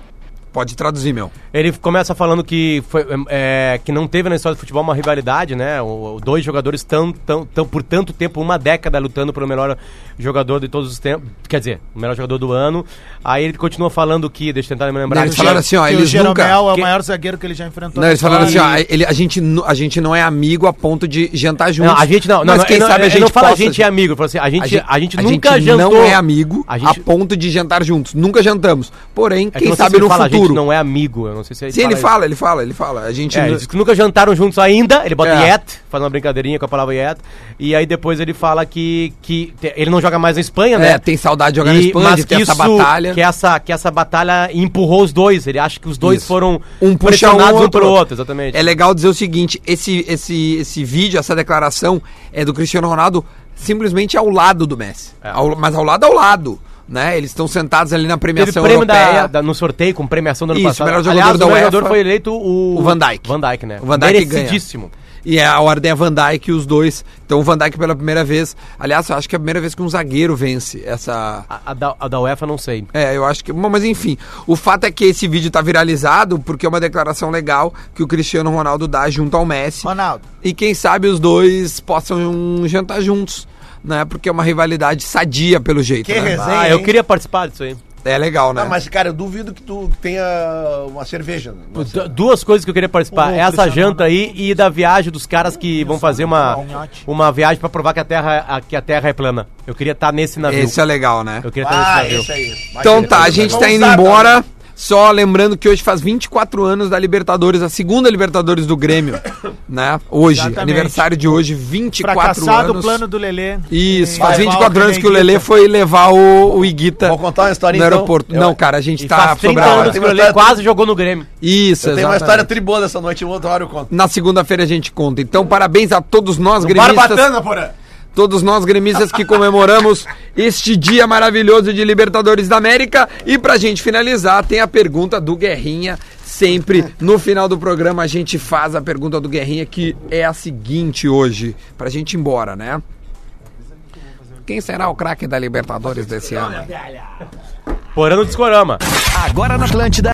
[SPEAKER 2] Pode traduzir, meu.
[SPEAKER 6] Ele começa falando que, foi, é, que não teve na história do futebol uma rivalidade, né? O, o- dois jogadores estão tão, tão, por tanto tempo, uma década, lutando pelo melhor jogador de todos os tempos. Quer dizer, o melhor jogador do ano. Aí ele continua falando que, deixa eu tentar me lembrar.
[SPEAKER 2] Eles
[SPEAKER 6] que-
[SPEAKER 2] falaram assim, ó,
[SPEAKER 3] Que o
[SPEAKER 2] eles
[SPEAKER 3] Jeromel
[SPEAKER 2] nunca-
[SPEAKER 3] é o
[SPEAKER 6] que-
[SPEAKER 3] maior zagueiro que ele já enfrentou.
[SPEAKER 2] Não,
[SPEAKER 3] na
[SPEAKER 2] eles falaram assim,
[SPEAKER 3] história.
[SPEAKER 2] ó, ele, a, gente, nu- a gente não é amigo a ponto de jantar juntos.
[SPEAKER 6] Não, a gente não, não,
[SPEAKER 2] mas
[SPEAKER 6] não,
[SPEAKER 2] quem
[SPEAKER 6] ele não-
[SPEAKER 2] sabe a
[SPEAKER 6] ele
[SPEAKER 2] gente
[SPEAKER 6] não fala
[SPEAKER 2] possa-
[SPEAKER 6] a gente é amigo, ele falou assim, a gente, a gente, nunca
[SPEAKER 2] gente
[SPEAKER 6] jantou.
[SPEAKER 2] não é amigo
[SPEAKER 6] a
[SPEAKER 2] a,
[SPEAKER 6] gente,
[SPEAKER 2] ponto de jantar juntos. Nunca jantamos. Porém,
[SPEAKER 6] é que eu
[SPEAKER 2] quem
[SPEAKER 6] não sei se
[SPEAKER 2] sabe
[SPEAKER 6] ele
[SPEAKER 2] no
[SPEAKER 6] fala, A gente
[SPEAKER 2] futuro.
[SPEAKER 6] não é amigo, eu não sei se
[SPEAKER 2] Sim, ele fala, ele fala, ele fala. A gente.
[SPEAKER 6] É,
[SPEAKER 2] nu-
[SPEAKER 6] ele diz que nunca jantaram juntos ainda, ele bota
[SPEAKER 2] É.
[SPEAKER 6] yet, faz uma brincadeirinha com a palavra yet, e aí depois ele fala que, que te- ele não joga mais na Espanha, né?
[SPEAKER 2] É, tem saudade de jogar na
[SPEAKER 6] E-
[SPEAKER 2] Espanha, de
[SPEAKER 6] mas que
[SPEAKER 2] ter essa
[SPEAKER 6] isso,
[SPEAKER 2] batalha.
[SPEAKER 6] Que é essa, que essa batalha empurrou os dois, ele acha que os dois
[SPEAKER 2] Isso.
[SPEAKER 6] foram
[SPEAKER 2] um puxa o
[SPEAKER 6] pressionados
[SPEAKER 2] outro.
[SPEAKER 6] um pro outro, exatamente.
[SPEAKER 2] É legal dizer o seguinte: esse, esse, esse vídeo, essa declaração é do Cristiano Ronaldo simplesmente ao lado do Messi.
[SPEAKER 6] É.
[SPEAKER 2] Ao- mas ao lado ao lado. Né? Eles estão sentados ali na
[SPEAKER 6] Teve
[SPEAKER 2] premiação
[SPEAKER 6] prêmio
[SPEAKER 2] europeia.
[SPEAKER 6] da, da- no sorteio, com premiação do ano
[SPEAKER 2] Isso,
[SPEAKER 6] passado.
[SPEAKER 2] melhor jogador
[SPEAKER 6] Aliás,
[SPEAKER 2] da
[SPEAKER 6] o melhor
[SPEAKER 2] UEFA.
[SPEAKER 6] jogador foi eleito o...
[SPEAKER 2] O Van Dijk.
[SPEAKER 6] Van Dijk, né?
[SPEAKER 2] O Van Dijk ganha.
[SPEAKER 6] Merecidíssimo.
[SPEAKER 2] E a ordem é Van Dijk e os dois. Então o Van Dijk pela primeira vez. Aliás, eu acho que é a primeira vez que um zagueiro vence essa.
[SPEAKER 6] A, a da, a da UEFA, não sei.
[SPEAKER 2] É, eu acho que. Bom, Mas enfim, o fato é que esse vídeo tá viralizado porque é uma declaração legal que o Cristiano Ronaldo dá junto ao Messi.
[SPEAKER 3] Ronaldo.
[SPEAKER 2] E quem sabe os dois possam jantar juntos, né? Porque é uma rivalidade sadia, pelo jeito.
[SPEAKER 5] Que
[SPEAKER 2] né?
[SPEAKER 5] resenha,
[SPEAKER 6] Ah, eu
[SPEAKER 5] hein?
[SPEAKER 6] queria participar disso aí.
[SPEAKER 2] É legal, né?
[SPEAKER 5] Ah, mas, cara, eu duvido que tu tenha uma cerveja. né? Não sei.
[SPEAKER 6] Du- Duas coisas que eu queria participar. Essa janta aí e da viagem dos caras que vão fazer
[SPEAKER 2] um
[SPEAKER 6] uma, uma viagem pra provar que a, terra, a- que a Terra é plana. Eu queria estar nesse navio.
[SPEAKER 2] Esse é legal, né?
[SPEAKER 6] Eu queria estar
[SPEAKER 5] Ah,
[SPEAKER 6] nesse
[SPEAKER 5] esse
[SPEAKER 6] navio.
[SPEAKER 5] aí.
[SPEAKER 2] Então tá, a gente tá
[SPEAKER 5] Vamos
[SPEAKER 2] indo
[SPEAKER 5] usar,
[SPEAKER 3] né?
[SPEAKER 2] embora. Só lembrando que hoje faz 24 anos da Libertadores, a segunda Libertadores do Grêmio, né? Hoje,
[SPEAKER 3] Exatamente.
[SPEAKER 2] aniversário de hoje, 24
[SPEAKER 3] Fracassado
[SPEAKER 2] anos.
[SPEAKER 3] o plano do Lelê.
[SPEAKER 2] Isso,
[SPEAKER 3] E-
[SPEAKER 2] faz
[SPEAKER 3] Vai,
[SPEAKER 2] 24
[SPEAKER 3] Valkyrie
[SPEAKER 2] anos que o
[SPEAKER 3] Guita.
[SPEAKER 2] Lelê foi levar o, o Iguita
[SPEAKER 5] Vou contar uma historinha,
[SPEAKER 2] no
[SPEAKER 5] então.
[SPEAKER 2] aeroporto.
[SPEAKER 5] Eu-
[SPEAKER 2] Não, cara, a gente
[SPEAKER 6] E
[SPEAKER 2] tá
[SPEAKER 6] faz 30
[SPEAKER 2] sobre a hora.
[SPEAKER 6] anos que o Lelê quase jogou no Grêmio.
[SPEAKER 2] Isso,
[SPEAKER 5] Eu tenho uma
[SPEAKER 2] exatamente.
[SPEAKER 5] história triboa dessa noite, outra hora eu conto.
[SPEAKER 2] Na segunda-feira a gente conta. Então, parabéns a todos nós, gremistas.
[SPEAKER 5] Barbatana, porra!
[SPEAKER 2] Todos nós, gremistas, que comemoramos este dia maravilhoso de Libertadores da América. E pra gente finalizar, tem a pergunta do Guerrinha. Sempre no final do programa a gente faz a pergunta do Guerrinha, que é a seguinte hoje, pra gente ir embora, né? Quem será o craque da Libertadores desse ano?
[SPEAKER 6] Porando Discorama.
[SPEAKER 9] Agora na Atlântida.